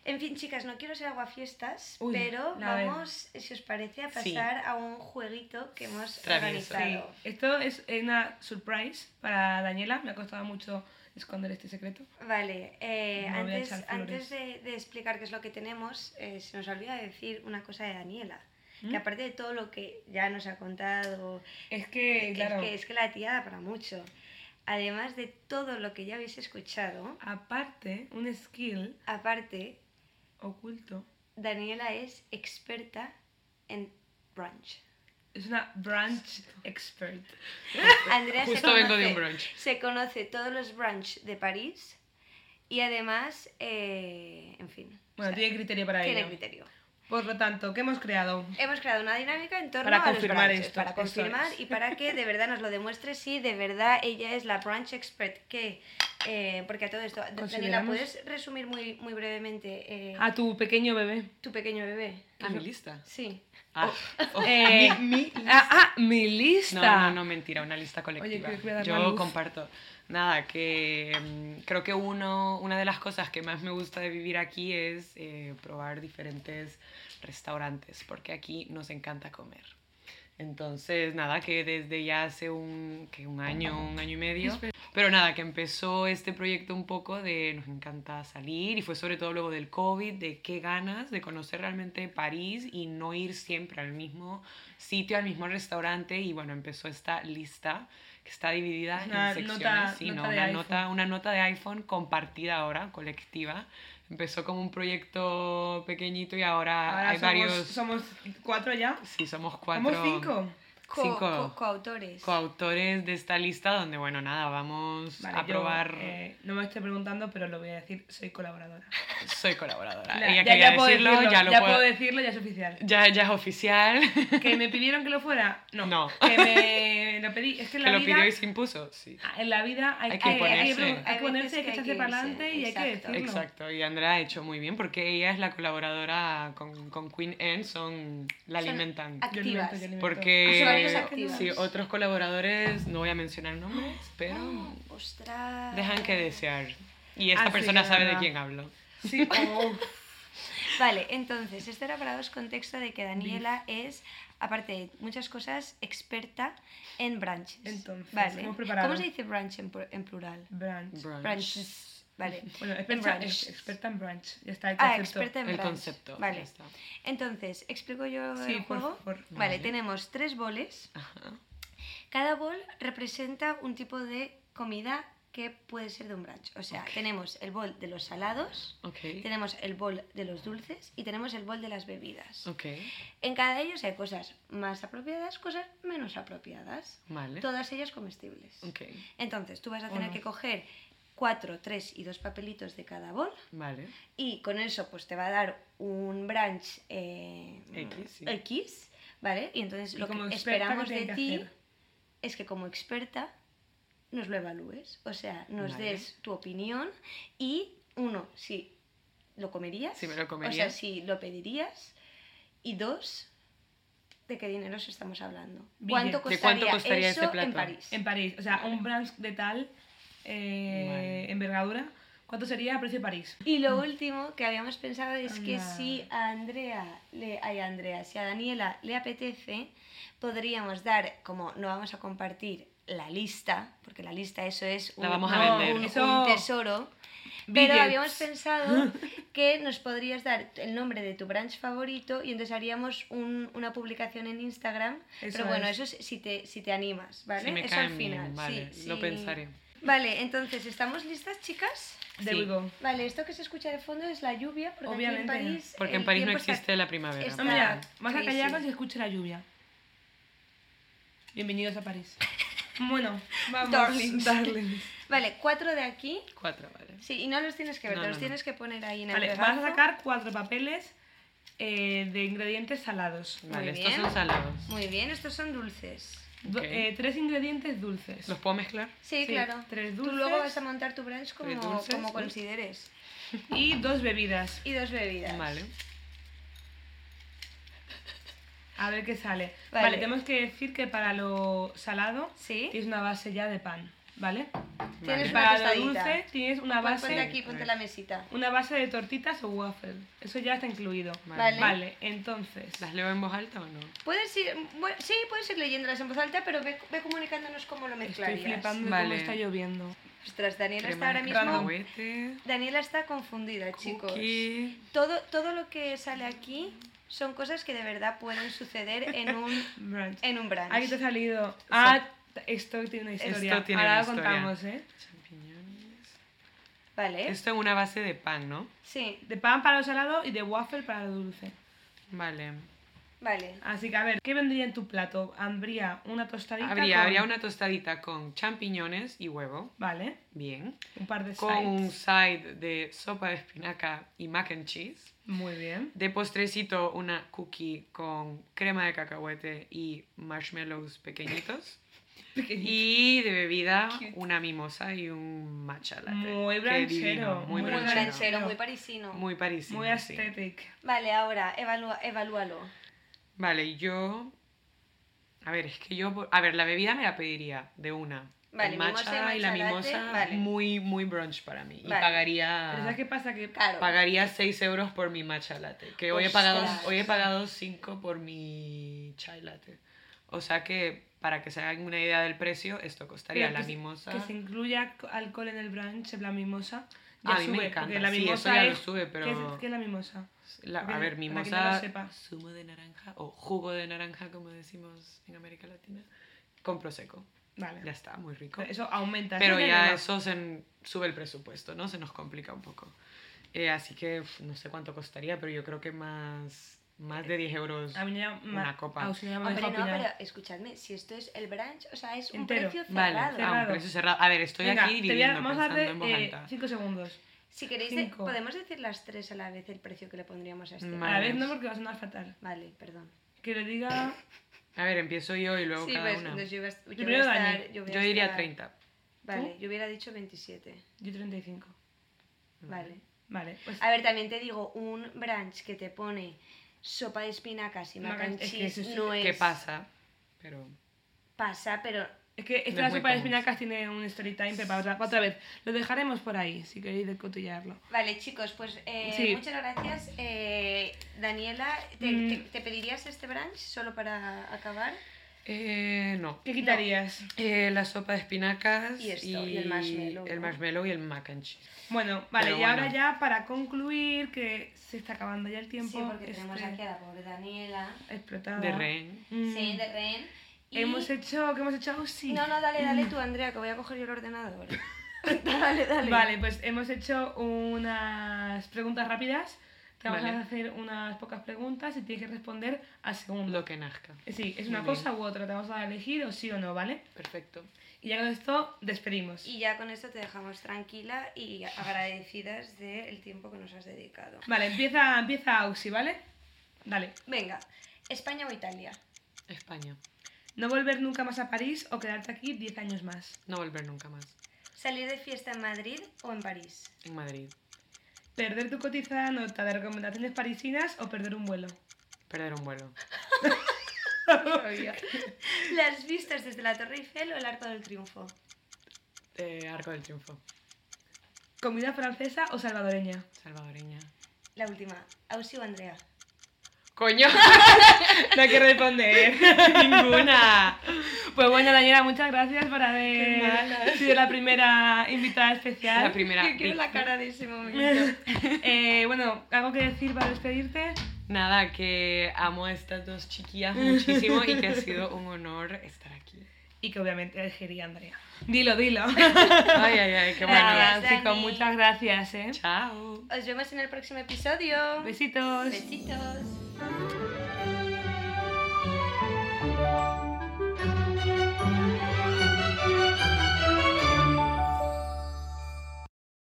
[SPEAKER 2] En fin, chicas, no quiero ser aguafiestas,
[SPEAKER 1] Uy,
[SPEAKER 2] pero
[SPEAKER 1] la verdad.
[SPEAKER 2] vamos, si os parece, a pasar
[SPEAKER 5] Sí.
[SPEAKER 2] a un jueguito que hemos
[SPEAKER 5] Travieso.
[SPEAKER 1] Sí,
[SPEAKER 2] organizado.
[SPEAKER 1] esto es una surprise para Daniela, me ha costado mucho esconder este secreto.
[SPEAKER 2] Vale, eh,
[SPEAKER 1] No voy a
[SPEAKER 2] antes,
[SPEAKER 1] echar flores.
[SPEAKER 2] antes de, de explicar qué es lo que tenemos, eh, se nos olvida decir una cosa de Daniela.
[SPEAKER 1] ¿Mm?
[SPEAKER 2] Que aparte de todo lo que ya nos ha contado,
[SPEAKER 1] Es que,
[SPEAKER 2] que
[SPEAKER 1] claro,
[SPEAKER 2] es, que, es que la tía da para mucho. Además de todo lo que ya habéis escuchado,
[SPEAKER 1] aparte, un skill
[SPEAKER 2] aparte,
[SPEAKER 1] oculto
[SPEAKER 2] Daniela es experta en brunch.
[SPEAKER 1] es una branch expert.
[SPEAKER 2] Andrea se
[SPEAKER 5] Justo vengo de un
[SPEAKER 2] conoce-
[SPEAKER 5] brunch.
[SPEAKER 2] Se conoce todos los brunch de París y además, eh, en fin,
[SPEAKER 1] Bueno, tiene criterio para
[SPEAKER 2] tiene
[SPEAKER 1] ello.
[SPEAKER 2] criterio.
[SPEAKER 1] Por lo tanto, ¿qué hemos creado?
[SPEAKER 2] Hemos creado una dinámica en torno
[SPEAKER 1] Para
[SPEAKER 2] a los
[SPEAKER 1] confirmar
[SPEAKER 2] brunches,
[SPEAKER 1] esto,
[SPEAKER 2] para
[SPEAKER 1] esto
[SPEAKER 2] confirmar
[SPEAKER 1] es.
[SPEAKER 2] y para que de verdad nos lo demuestre si de verdad ella es la brunch expert que eh, porque a todo esto Daniela
[SPEAKER 1] Consideramos- Ah.
[SPEAKER 2] puedes resumir muy muy brevemente eh,
[SPEAKER 1] A tu pequeño bebé.
[SPEAKER 2] tu pequeño bebé
[SPEAKER 5] Ah, mi lista.
[SPEAKER 2] sí
[SPEAKER 5] Ah, oh,
[SPEAKER 1] Eh,
[SPEAKER 5] mi- mi
[SPEAKER 1] Ah, ah, mi lista.
[SPEAKER 5] No, no, no, mentira, una lista colectiva.
[SPEAKER 1] creo que voy a dar más
[SPEAKER 5] Yo
[SPEAKER 1] luz.
[SPEAKER 5] comparto. Nada, que mm, creo que uno, una de las cosas que más me gusta de vivir aquí es eh, probar diferentes restaurantes, porque aquí nos encanta comer. Entonces, nada, que desde ya hace un, que un año, un año y medio. Pero nada, que empezó este proyecto un poco de nos encanta salir y fue sobre todo luego del COVID, de qué ganas de conocer realmente París y no ir siempre al mismo sitio, al mismo restaurante. Y bueno, empezó esta lista que está dividida
[SPEAKER 1] Una
[SPEAKER 5] en secciones.
[SPEAKER 1] nota-
[SPEAKER 5] sí, ¿no?
[SPEAKER 1] nota de
[SPEAKER 5] una,
[SPEAKER 1] iPhone.
[SPEAKER 5] nota, una nota de iPhone compartida ahora, colectiva. Empezó como un proyecto pequeñito y ahora,
[SPEAKER 1] Ahora
[SPEAKER 5] hay
[SPEAKER 1] Ah, somos,
[SPEAKER 5] varios...
[SPEAKER 1] somos cuatro ya.
[SPEAKER 5] Sí, somos cuatro.
[SPEAKER 1] Somos cinco.
[SPEAKER 2] Co-
[SPEAKER 5] Cinco.
[SPEAKER 2] co- coautores
[SPEAKER 5] coautores de esta lista donde, bueno, nada, vamos
[SPEAKER 1] Vale,
[SPEAKER 5] a
[SPEAKER 1] yo,
[SPEAKER 5] probar.
[SPEAKER 1] eh, no me estoy preguntando, pero lo voy a decir. Soy colaboradora.
[SPEAKER 5] Soy colaboradora.
[SPEAKER 1] La-
[SPEAKER 5] Ah, Ella quería
[SPEAKER 1] puedo
[SPEAKER 5] decirlo, ya lo puedo...
[SPEAKER 1] decirlo, ya es oficial.
[SPEAKER 5] Ya, ya es oficial.
[SPEAKER 1] ¿Que me pidieron que lo fuera? No.
[SPEAKER 5] No.
[SPEAKER 1] Que me lo pedí. Es que en
[SPEAKER 5] que
[SPEAKER 1] la
[SPEAKER 5] lo
[SPEAKER 1] vida...
[SPEAKER 5] pidió y se impuso. Sí.
[SPEAKER 1] Ah, En la vida hay,
[SPEAKER 5] Hay que
[SPEAKER 1] hay- hay
[SPEAKER 5] ponerse.
[SPEAKER 1] hay que
[SPEAKER 2] Hay veces
[SPEAKER 1] ponerse,
[SPEAKER 2] que
[SPEAKER 1] hay que
[SPEAKER 2] hay
[SPEAKER 1] echarse
[SPEAKER 2] que
[SPEAKER 1] para
[SPEAKER 2] irse,
[SPEAKER 1] adelante y hay que
[SPEAKER 2] exacto.
[SPEAKER 1] decirlo.
[SPEAKER 5] Exacto. Y Andrea ha hecho muy bien porque ella es la colaboradora con, con Queen Anne, son la
[SPEAKER 2] Son Ah,
[SPEAKER 5] alimentan.
[SPEAKER 2] act-
[SPEAKER 1] Yo alimento, yo alimento.
[SPEAKER 2] Usuarios
[SPEAKER 5] Porque
[SPEAKER 2] activos.
[SPEAKER 5] sí, otros colaboradores, no voy a mencionar nombres, pero
[SPEAKER 2] Ah, ostras
[SPEAKER 5] dejan que desear. Y esta
[SPEAKER 1] Así
[SPEAKER 5] persona
[SPEAKER 1] que
[SPEAKER 5] sabe de
[SPEAKER 1] nada.
[SPEAKER 5] quién hablo.
[SPEAKER 1] Sí.
[SPEAKER 2] Vale, entonces, esto era para daros contexto de que Daniela es, aparte de muchas cosas, experta en branches.
[SPEAKER 1] Entonces,
[SPEAKER 2] vale.
[SPEAKER 1] hemos preparado-
[SPEAKER 2] ¿Cómo se dice branch en, pr- en plural?
[SPEAKER 1] Brunch.
[SPEAKER 5] Brunch.
[SPEAKER 2] Branches. Vale.
[SPEAKER 1] Bueno,
[SPEAKER 2] En
[SPEAKER 1] experta,
[SPEAKER 2] branch.
[SPEAKER 1] ex- experta en brunch. Ya está el
[SPEAKER 2] Ah,
[SPEAKER 1] concepto.
[SPEAKER 2] experta en
[SPEAKER 5] El
[SPEAKER 2] branch.
[SPEAKER 5] concepto. ya
[SPEAKER 2] Vale.
[SPEAKER 5] está.
[SPEAKER 2] Entonces, ¿explico yo
[SPEAKER 1] Sí,
[SPEAKER 2] el
[SPEAKER 1] por
[SPEAKER 2] juego?
[SPEAKER 1] favor.
[SPEAKER 2] Vale,
[SPEAKER 5] Vale.
[SPEAKER 2] tenemos tres boles.
[SPEAKER 5] Ajá.
[SPEAKER 2] Cada bol representa un tipo de comida que puede ser de un brunch. O sea, tenemos el bol de los salados,
[SPEAKER 5] Ok.
[SPEAKER 2] tenemos el bol de los dulces y tenemos el bol de las bebidas.
[SPEAKER 5] Ok.
[SPEAKER 2] En cada de ellos hay cosas más apropiadas, cosas menos apropiadas.
[SPEAKER 5] Vale.
[SPEAKER 2] Todas ellas comestibles.
[SPEAKER 5] Ok. Oh,
[SPEAKER 2] Entonces, tú vas a
[SPEAKER 1] O
[SPEAKER 2] tener
[SPEAKER 1] no.
[SPEAKER 2] que coger cuatro, tres y dos papelitos de cada bol
[SPEAKER 5] Vale.
[SPEAKER 2] y con eso pues te va a dar un brunch eh,
[SPEAKER 5] X, sí.
[SPEAKER 2] X, ¿vale? Y entonces
[SPEAKER 1] Y
[SPEAKER 2] lo
[SPEAKER 1] como
[SPEAKER 2] que
[SPEAKER 1] experta, ¿qué
[SPEAKER 2] esperamos
[SPEAKER 1] tiene
[SPEAKER 2] de
[SPEAKER 1] que
[SPEAKER 2] ti
[SPEAKER 1] hacer?
[SPEAKER 2] es que como experta nos lo evalúes, o sea, nos
[SPEAKER 5] Vale.
[SPEAKER 2] des tu opinión y uno, si lo comerías,
[SPEAKER 5] Si me lo
[SPEAKER 2] o sea,
[SPEAKER 5] comería.
[SPEAKER 2] si lo pedirías y dos, de qué dinero estamos hablando.
[SPEAKER 1] Billete.
[SPEAKER 2] ¿Cuánto
[SPEAKER 5] ¿De
[SPEAKER 2] costaría,
[SPEAKER 5] cuánto costaría
[SPEAKER 2] eso
[SPEAKER 5] este plato?
[SPEAKER 2] en París?
[SPEAKER 1] En París, o sea, un brunch de tal eh,
[SPEAKER 5] Vale.
[SPEAKER 1] envergadura, ¿cuánto sería a precio de París?
[SPEAKER 2] Y lo último que habíamos pensado es que
[SPEAKER 1] Anda.
[SPEAKER 2] si a Andrea, le, ay, a Andrea, si a Daniela le apetece, podríamos dar, como no vamos a compartir la lista, porque la lista eso es un,
[SPEAKER 5] La vamos a
[SPEAKER 2] no,
[SPEAKER 5] vender.
[SPEAKER 2] un-
[SPEAKER 1] Eso-
[SPEAKER 2] un tesoro,
[SPEAKER 1] Billets.
[SPEAKER 2] pero habíamos pensado que nos podrías dar el nombre de tu branch favorito y entonces haríamos un- una publicación en Instagram,
[SPEAKER 1] Eso
[SPEAKER 2] pero bueno,
[SPEAKER 1] es.
[SPEAKER 2] eso es si te, si te animas, ¿vale?
[SPEAKER 5] Si me
[SPEAKER 2] eso
[SPEAKER 5] cae
[SPEAKER 2] al
[SPEAKER 5] bien,
[SPEAKER 2] final,
[SPEAKER 5] vale,
[SPEAKER 2] sí,
[SPEAKER 5] lo
[SPEAKER 2] sí.
[SPEAKER 5] pensaré.
[SPEAKER 2] Vale, entonces, ¿estamos listas, chicas?
[SPEAKER 1] There
[SPEAKER 5] Sí.
[SPEAKER 1] we go.
[SPEAKER 2] Vale, esto que se escucha de fondo es la lluvia, porque aquí
[SPEAKER 1] Obviamente.
[SPEAKER 2] en París.
[SPEAKER 5] Porque
[SPEAKER 2] el
[SPEAKER 5] en París no
[SPEAKER 2] tiempo está-
[SPEAKER 5] existe la primavera.
[SPEAKER 2] está-
[SPEAKER 1] No, mira, vas a
[SPEAKER 2] crazy.
[SPEAKER 1] callarnos y escucha la lluvia. Bienvenidos a París. Bueno, vamos.
[SPEAKER 2] Darlings.
[SPEAKER 1] darlings.
[SPEAKER 2] Vale, cuatro de aquí.
[SPEAKER 5] Cuatro, vale.
[SPEAKER 2] Sí, y no los tienes que ver,
[SPEAKER 5] No,
[SPEAKER 2] te
[SPEAKER 5] no,
[SPEAKER 2] los
[SPEAKER 5] no.
[SPEAKER 2] tienes que poner ahí en el
[SPEAKER 1] Vale, vas
[SPEAKER 2] regazo.
[SPEAKER 1] a sacar cuatro papeles eh, de ingredientes salados.
[SPEAKER 2] Muy
[SPEAKER 5] Vale, estos
[SPEAKER 2] bien.
[SPEAKER 5] son salados.
[SPEAKER 2] Muy bien, estos son dulces.
[SPEAKER 1] Do-
[SPEAKER 5] Ok.
[SPEAKER 1] eh, tres ingredientes dulces.
[SPEAKER 5] ¿Los puedo mezclar?
[SPEAKER 2] Sí,
[SPEAKER 1] Sí,
[SPEAKER 2] claro.
[SPEAKER 1] tres
[SPEAKER 2] Tú
[SPEAKER 1] dulces.
[SPEAKER 2] luego vas a montar tu brunch como,
[SPEAKER 5] Tres dulces,
[SPEAKER 2] como
[SPEAKER 5] uy.
[SPEAKER 2] consideres.
[SPEAKER 1] Y dos bebidas.
[SPEAKER 2] Y dos bebidas.
[SPEAKER 5] Vale.
[SPEAKER 1] A ver qué sale.
[SPEAKER 2] Vale.
[SPEAKER 1] Vale, tenemos que decir que para lo salado
[SPEAKER 2] Sí.
[SPEAKER 1] tienes una base ya de pan, ¿vale?
[SPEAKER 2] Tienes
[SPEAKER 1] Y
[SPEAKER 5] Vale.
[SPEAKER 2] una
[SPEAKER 1] para lo
[SPEAKER 2] tostadita.
[SPEAKER 1] dulce tienes una
[SPEAKER 2] Pon- Ponte
[SPEAKER 1] base,
[SPEAKER 2] aquí, ponte la mesita.
[SPEAKER 1] una base de tortitas o waffle. Eso ya está incluido.
[SPEAKER 2] Vale.
[SPEAKER 1] Vale, entonces.
[SPEAKER 5] ¿Las leo en voz alta o no?
[SPEAKER 2] Puedes ir, bueno, sí, puedes ir leyéndolas en voz alta, pero ve, ve comunicándonos cómo lo
[SPEAKER 1] Estoy
[SPEAKER 2] mezclarías.
[SPEAKER 1] flipando de cómo
[SPEAKER 5] Vale.
[SPEAKER 1] está lloviendo.
[SPEAKER 2] Ostras, Daniela está
[SPEAKER 5] Crema
[SPEAKER 2] ahora
[SPEAKER 5] de
[SPEAKER 2] mismo
[SPEAKER 5] cacahuete,
[SPEAKER 2] Daniela está confundida, chicos.
[SPEAKER 5] cookie.
[SPEAKER 2] Todo, todo lo que sale aquí son cosas que de verdad pueden suceder en un,
[SPEAKER 1] Brunch.
[SPEAKER 2] en un brunch.
[SPEAKER 1] Aquí te ha salido. Ah, t- esto tiene una historia.
[SPEAKER 5] Esto tiene
[SPEAKER 1] Ahora
[SPEAKER 5] una
[SPEAKER 1] lo
[SPEAKER 5] historia.
[SPEAKER 1] contamos, ¿eh?
[SPEAKER 5] Champiñones.
[SPEAKER 2] ¿Vale?
[SPEAKER 5] Esto en una base de pan, ¿no?
[SPEAKER 2] Sí,
[SPEAKER 1] De pan para lo salado y de waffle para lo dulce.
[SPEAKER 5] Vale.
[SPEAKER 2] vale.
[SPEAKER 1] Así que a ver, ¿qué vendría en tu plato? Habría una tostadita.
[SPEAKER 5] Habría,
[SPEAKER 1] con-
[SPEAKER 5] habría una tostadita con champiñones y huevo.
[SPEAKER 1] Vale,
[SPEAKER 5] Bien.
[SPEAKER 1] un par de
[SPEAKER 5] Con un
[SPEAKER 1] sides.
[SPEAKER 5] side de sopa de espinaca y mac and cheese.
[SPEAKER 1] Muy bien.
[SPEAKER 5] De postrecito, una cookie con crema de cacahuete y marshmallows pequeñitos. y de bebida, una mimosa y un matcha latte.
[SPEAKER 1] Muy
[SPEAKER 5] Qué
[SPEAKER 1] branchero,
[SPEAKER 5] divino,
[SPEAKER 1] muy
[SPEAKER 5] Muy,
[SPEAKER 2] Muy
[SPEAKER 5] branchero.
[SPEAKER 2] ranchero, muy parisino.
[SPEAKER 5] Muy parisino,
[SPEAKER 1] Muy
[SPEAKER 5] sí.
[SPEAKER 1] aesthetic.
[SPEAKER 2] Vale, ahora evalúa, evalúalo.
[SPEAKER 5] Vale, y yo... A ver, es que yo... por- A ver, la bebida me la pediría de una.
[SPEAKER 2] Vale,
[SPEAKER 5] el
[SPEAKER 2] mimosa y
[SPEAKER 5] matcha y la
[SPEAKER 2] matcha latte,
[SPEAKER 5] mimosa,
[SPEAKER 2] vale.
[SPEAKER 5] muy, muy brunch para mí. Y
[SPEAKER 2] Vale.
[SPEAKER 5] pagaría...
[SPEAKER 1] Pero ¿sabes qué pasa? Que
[SPEAKER 2] Claro.
[SPEAKER 5] Pagaría 6 euros por mi matcha latte. Que hoy he, pagado,
[SPEAKER 2] Ostras.
[SPEAKER 5] hoy he pagado 5 por mi chai latte. O sea que, para que se hagan una idea del precio, esto costaría
[SPEAKER 1] que
[SPEAKER 5] la
[SPEAKER 1] se-
[SPEAKER 5] mimosa.
[SPEAKER 1] Que se incluya co- alcohol en el brunch, en la mimosa.
[SPEAKER 5] A mí me encanta,
[SPEAKER 1] porque La
[SPEAKER 5] sí,
[SPEAKER 1] mimosa
[SPEAKER 5] eso ya lo
[SPEAKER 1] es-
[SPEAKER 5] sube, pero-
[SPEAKER 1] ¿Qué es, qué es la mimosa?
[SPEAKER 5] La- a
[SPEAKER 1] Bien, para
[SPEAKER 5] ver,
[SPEAKER 1] que
[SPEAKER 5] mimosa,
[SPEAKER 1] no lo sepa.
[SPEAKER 5] zumo de naranja o jugo de naranja, como decimos en América Latina, con prosecco.
[SPEAKER 1] Vale.
[SPEAKER 5] Ya está, muy rico.
[SPEAKER 1] Eso aumenta.
[SPEAKER 5] Pero
[SPEAKER 1] eso
[SPEAKER 5] ya
[SPEAKER 1] no.
[SPEAKER 5] eso se n- sube el presupuesto, ¿no? Se nos complica un poco. Eh, así que uf, no sé cuánto costaría, pero yo creo que más, más de 10 euros.
[SPEAKER 1] Eh, A mí ya ma-
[SPEAKER 5] Una copa.
[SPEAKER 1] a usted ya me
[SPEAKER 2] Hombre,
[SPEAKER 1] deja
[SPEAKER 2] no,
[SPEAKER 1] opinar.
[SPEAKER 2] pero escuchadme, si esto es el brunch, o sea, es un
[SPEAKER 1] Entero.
[SPEAKER 2] precio
[SPEAKER 5] Vale,
[SPEAKER 2] cerrado.
[SPEAKER 5] a un
[SPEAKER 1] Cerrado.
[SPEAKER 5] precio cerrado. A ver, estoy
[SPEAKER 1] Venga,
[SPEAKER 5] aquí
[SPEAKER 1] te voy a-
[SPEAKER 5] dividiendo,
[SPEAKER 1] vamos a
[SPEAKER 5] pensando en
[SPEAKER 2] eh,
[SPEAKER 1] hacer
[SPEAKER 5] voz alta.
[SPEAKER 1] 5 segundos.
[SPEAKER 2] Si queréis, de-
[SPEAKER 1] Cinco.
[SPEAKER 2] podemos decir las tres a la vez el precio que le pondríamos a este.
[SPEAKER 1] A la
[SPEAKER 5] Vale.
[SPEAKER 1] vez no, porque va a sonar fatal.
[SPEAKER 2] Vale, perdón.
[SPEAKER 1] Que le diga.
[SPEAKER 5] A ver, empiezo yo y luego
[SPEAKER 2] Sí,
[SPEAKER 5] cada
[SPEAKER 2] pues,
[SPEAKER 5] una.
[SPEAKER 2] entonces
[SPEAKER 5] Yo,
[SPEAKER 2] yo, iba a- yo voy a
[SPEAKER 1] Primero Dani.
[SPEAKER 2] estar- voy a
[SPEAKER 5] diría
[SPEAKER 2] estar-
[SPEAKER 5] 30.
[SPEAKER 2] Vale, yo hubiera dicho 27.
[SPEAKER 1] Yo 35.
[SPEAKER 2] Vale.
[SPEAKER 1] Vale. Pues,
[SPEAKER 2] A ver, también te digo, un brunch que te pone sopa de espinacas y mac
[SPEAKER 1] Mac
[SPEAKER 2] and
[SPEAKER 1] and- es que
[SPEAKER 2] cheese
[SPEAKER 1] eso es-
[SPEAKER 2] no es...
[SPEAKER 5] ¿Qué pasa? Pero
[SPEAKER 2] Pasa, pero...
[SPEAKER 1] es que
[SPEAKER 5] es
[SPEAKER 1] esta
[SPEAKER 5] muy
[SPEAKER 1] sopa de
[SPEAKER 5] común.
[SPEAKER 1] espinacas tiene un story time preparado para otra vez. Lo dejaremos por ahí, si queréis decotillarlo.
[SPEAKER 2] Vale, chicos, pues eh,
[SPEAKER 1] Sí.
[SPEAKER 2] muchas gracias. Eh, Daniela, ¿te,
[SPEAKER 1] Mm.
[SPEAKER 2] te, te pedirías este brunch solo para acabar?
[SPEAKER 5] eh, no.
[SPEAKER 1] ¿Qué quitarías?
[SPEAKER 5] Eh, la sopa de espinacas
[SPEAKER 2] Y esto, y el marshmallow,
[SPEAKER 5] el
[SPEAKER 2] ¿no?
[SPEAKER 5] marshmallow y el mac and cheese.
[SPEAKER 1] Bueno, vale,
[SPEAKER 5] Pero
[SPEAKER 1] y ahora
[SPEAKER 5] bueno.
[SPEAKER 1] ya para concluir, que se está acabando ya el tiempo.
[SPEAKER 2] Sí, porque tenemos
[SPEAKER 1] este,
[SPEAKER 2] aquí a la pobre Daniela. Ah.
[SPEAKER 1] explotada.
[SPEAKER 5] De rehén.
[SPEAKER 1] Mm.
[SPEAKER 2] Sí, de rehén. y-
[SPEAKER 1] Hemos hecho, ¿qué hemos hecho? Oh, sí.
[SPEAKER 2] No, no, dale, dale tú, Andrea, que voy a coger yo el ordenador. Dale, dale.
[SPEAKER 1] Vale, pues hemos hecho unas preguntas rápidas. Te vamos
[SPEAKER 5] Vale.
[SPEAKER 1] a hacer unas pocas preguntas y tienes que responder a segundo.
[SPEAKER 5] Lo que nazca.
[SPEAKER 1] Sí, es una
[SPEAKER 5] Muy bien.
[SPEAKER 1] cosa u otra. Te vamos a elegir o sí o no, ¿vale?
[SPEAKER 5] Perfecto.
[SPEAKER 1] Y ya con esto despedimos.
[SPEAKER 2] Y ya con esto te dejamos tranquila y agradecidas del tiempo que nos has dedicado.
[SPEAKER 1] Vale, empieza, empieza Auxi, ¿vale? Dale.
[SPEAKER 2] Venga, España o Italia.
[SPEAKER 5] España.
[SPEAKER 1] No volver nunca más a París o quedarte aquí 10 años más.
[SPEAKER 5] No volver nunca más.
[SPEAKER 2] Salir de fiesta en Madrid o en París.
[SPEAKER 5] En Madrid.
[SPEAKER 1] Perder tu cotizada nota de recomendaciones parisinas o perder un vuelo.
[SPEAKER 5] Perder un vuelo.
[SPEAKER 2] Las vistas desde la Torre Eiffel o el Arco del Triunfo.
[SPEAKER 5] Eh, Arco del Triunfo.
[SPEAKER 1] Comida francesa o salvadoreña.
[SPEAKER 5] Salvadoreña.
[SPEAKER 2] La última, Ausi o Andrea.
[SPEAKER 5] ¡Coño!
[SPEAKER 1] No hay que responder.
[SPEAKER 5] ¡Ninguna!
[SPEAKER 1] Pues bueno, Daniela, muchas gracias por haber
[SPEAKER 5] mala.
[SPEAKER 1] sido la primera invitada especial.
[SPEAKER 5] La primera.
[SPEAKER 2] Yo quiero la cara de ese momento.
[SPEAKER 1] Eh, bueno, ¿algo que decir para despedirte?
[SPEAKER 5] Nada, que amo a estas dos chiquillas muchísimo y que ha sido un honor estar aquí.
[SPEAKER 1] Y que obviamente elegiría a Andrea. Dilo, dilo.
[SPEAKER 5] Ay, ay, ay, qué bueno.
[SPEAKER 2] Gracias,
[SPEAKER 1] Nada, chicos,
[SPEAKER 2] Dani.
[SPEAKER 1] muchas gracias, ¿eh?
[SPEAKER 5] Chao.
[SPEAKER 2] Os vemos en el próximo episodio.
[SPEAKER 1] Besitos.
[SPEAKER 2] Besitos.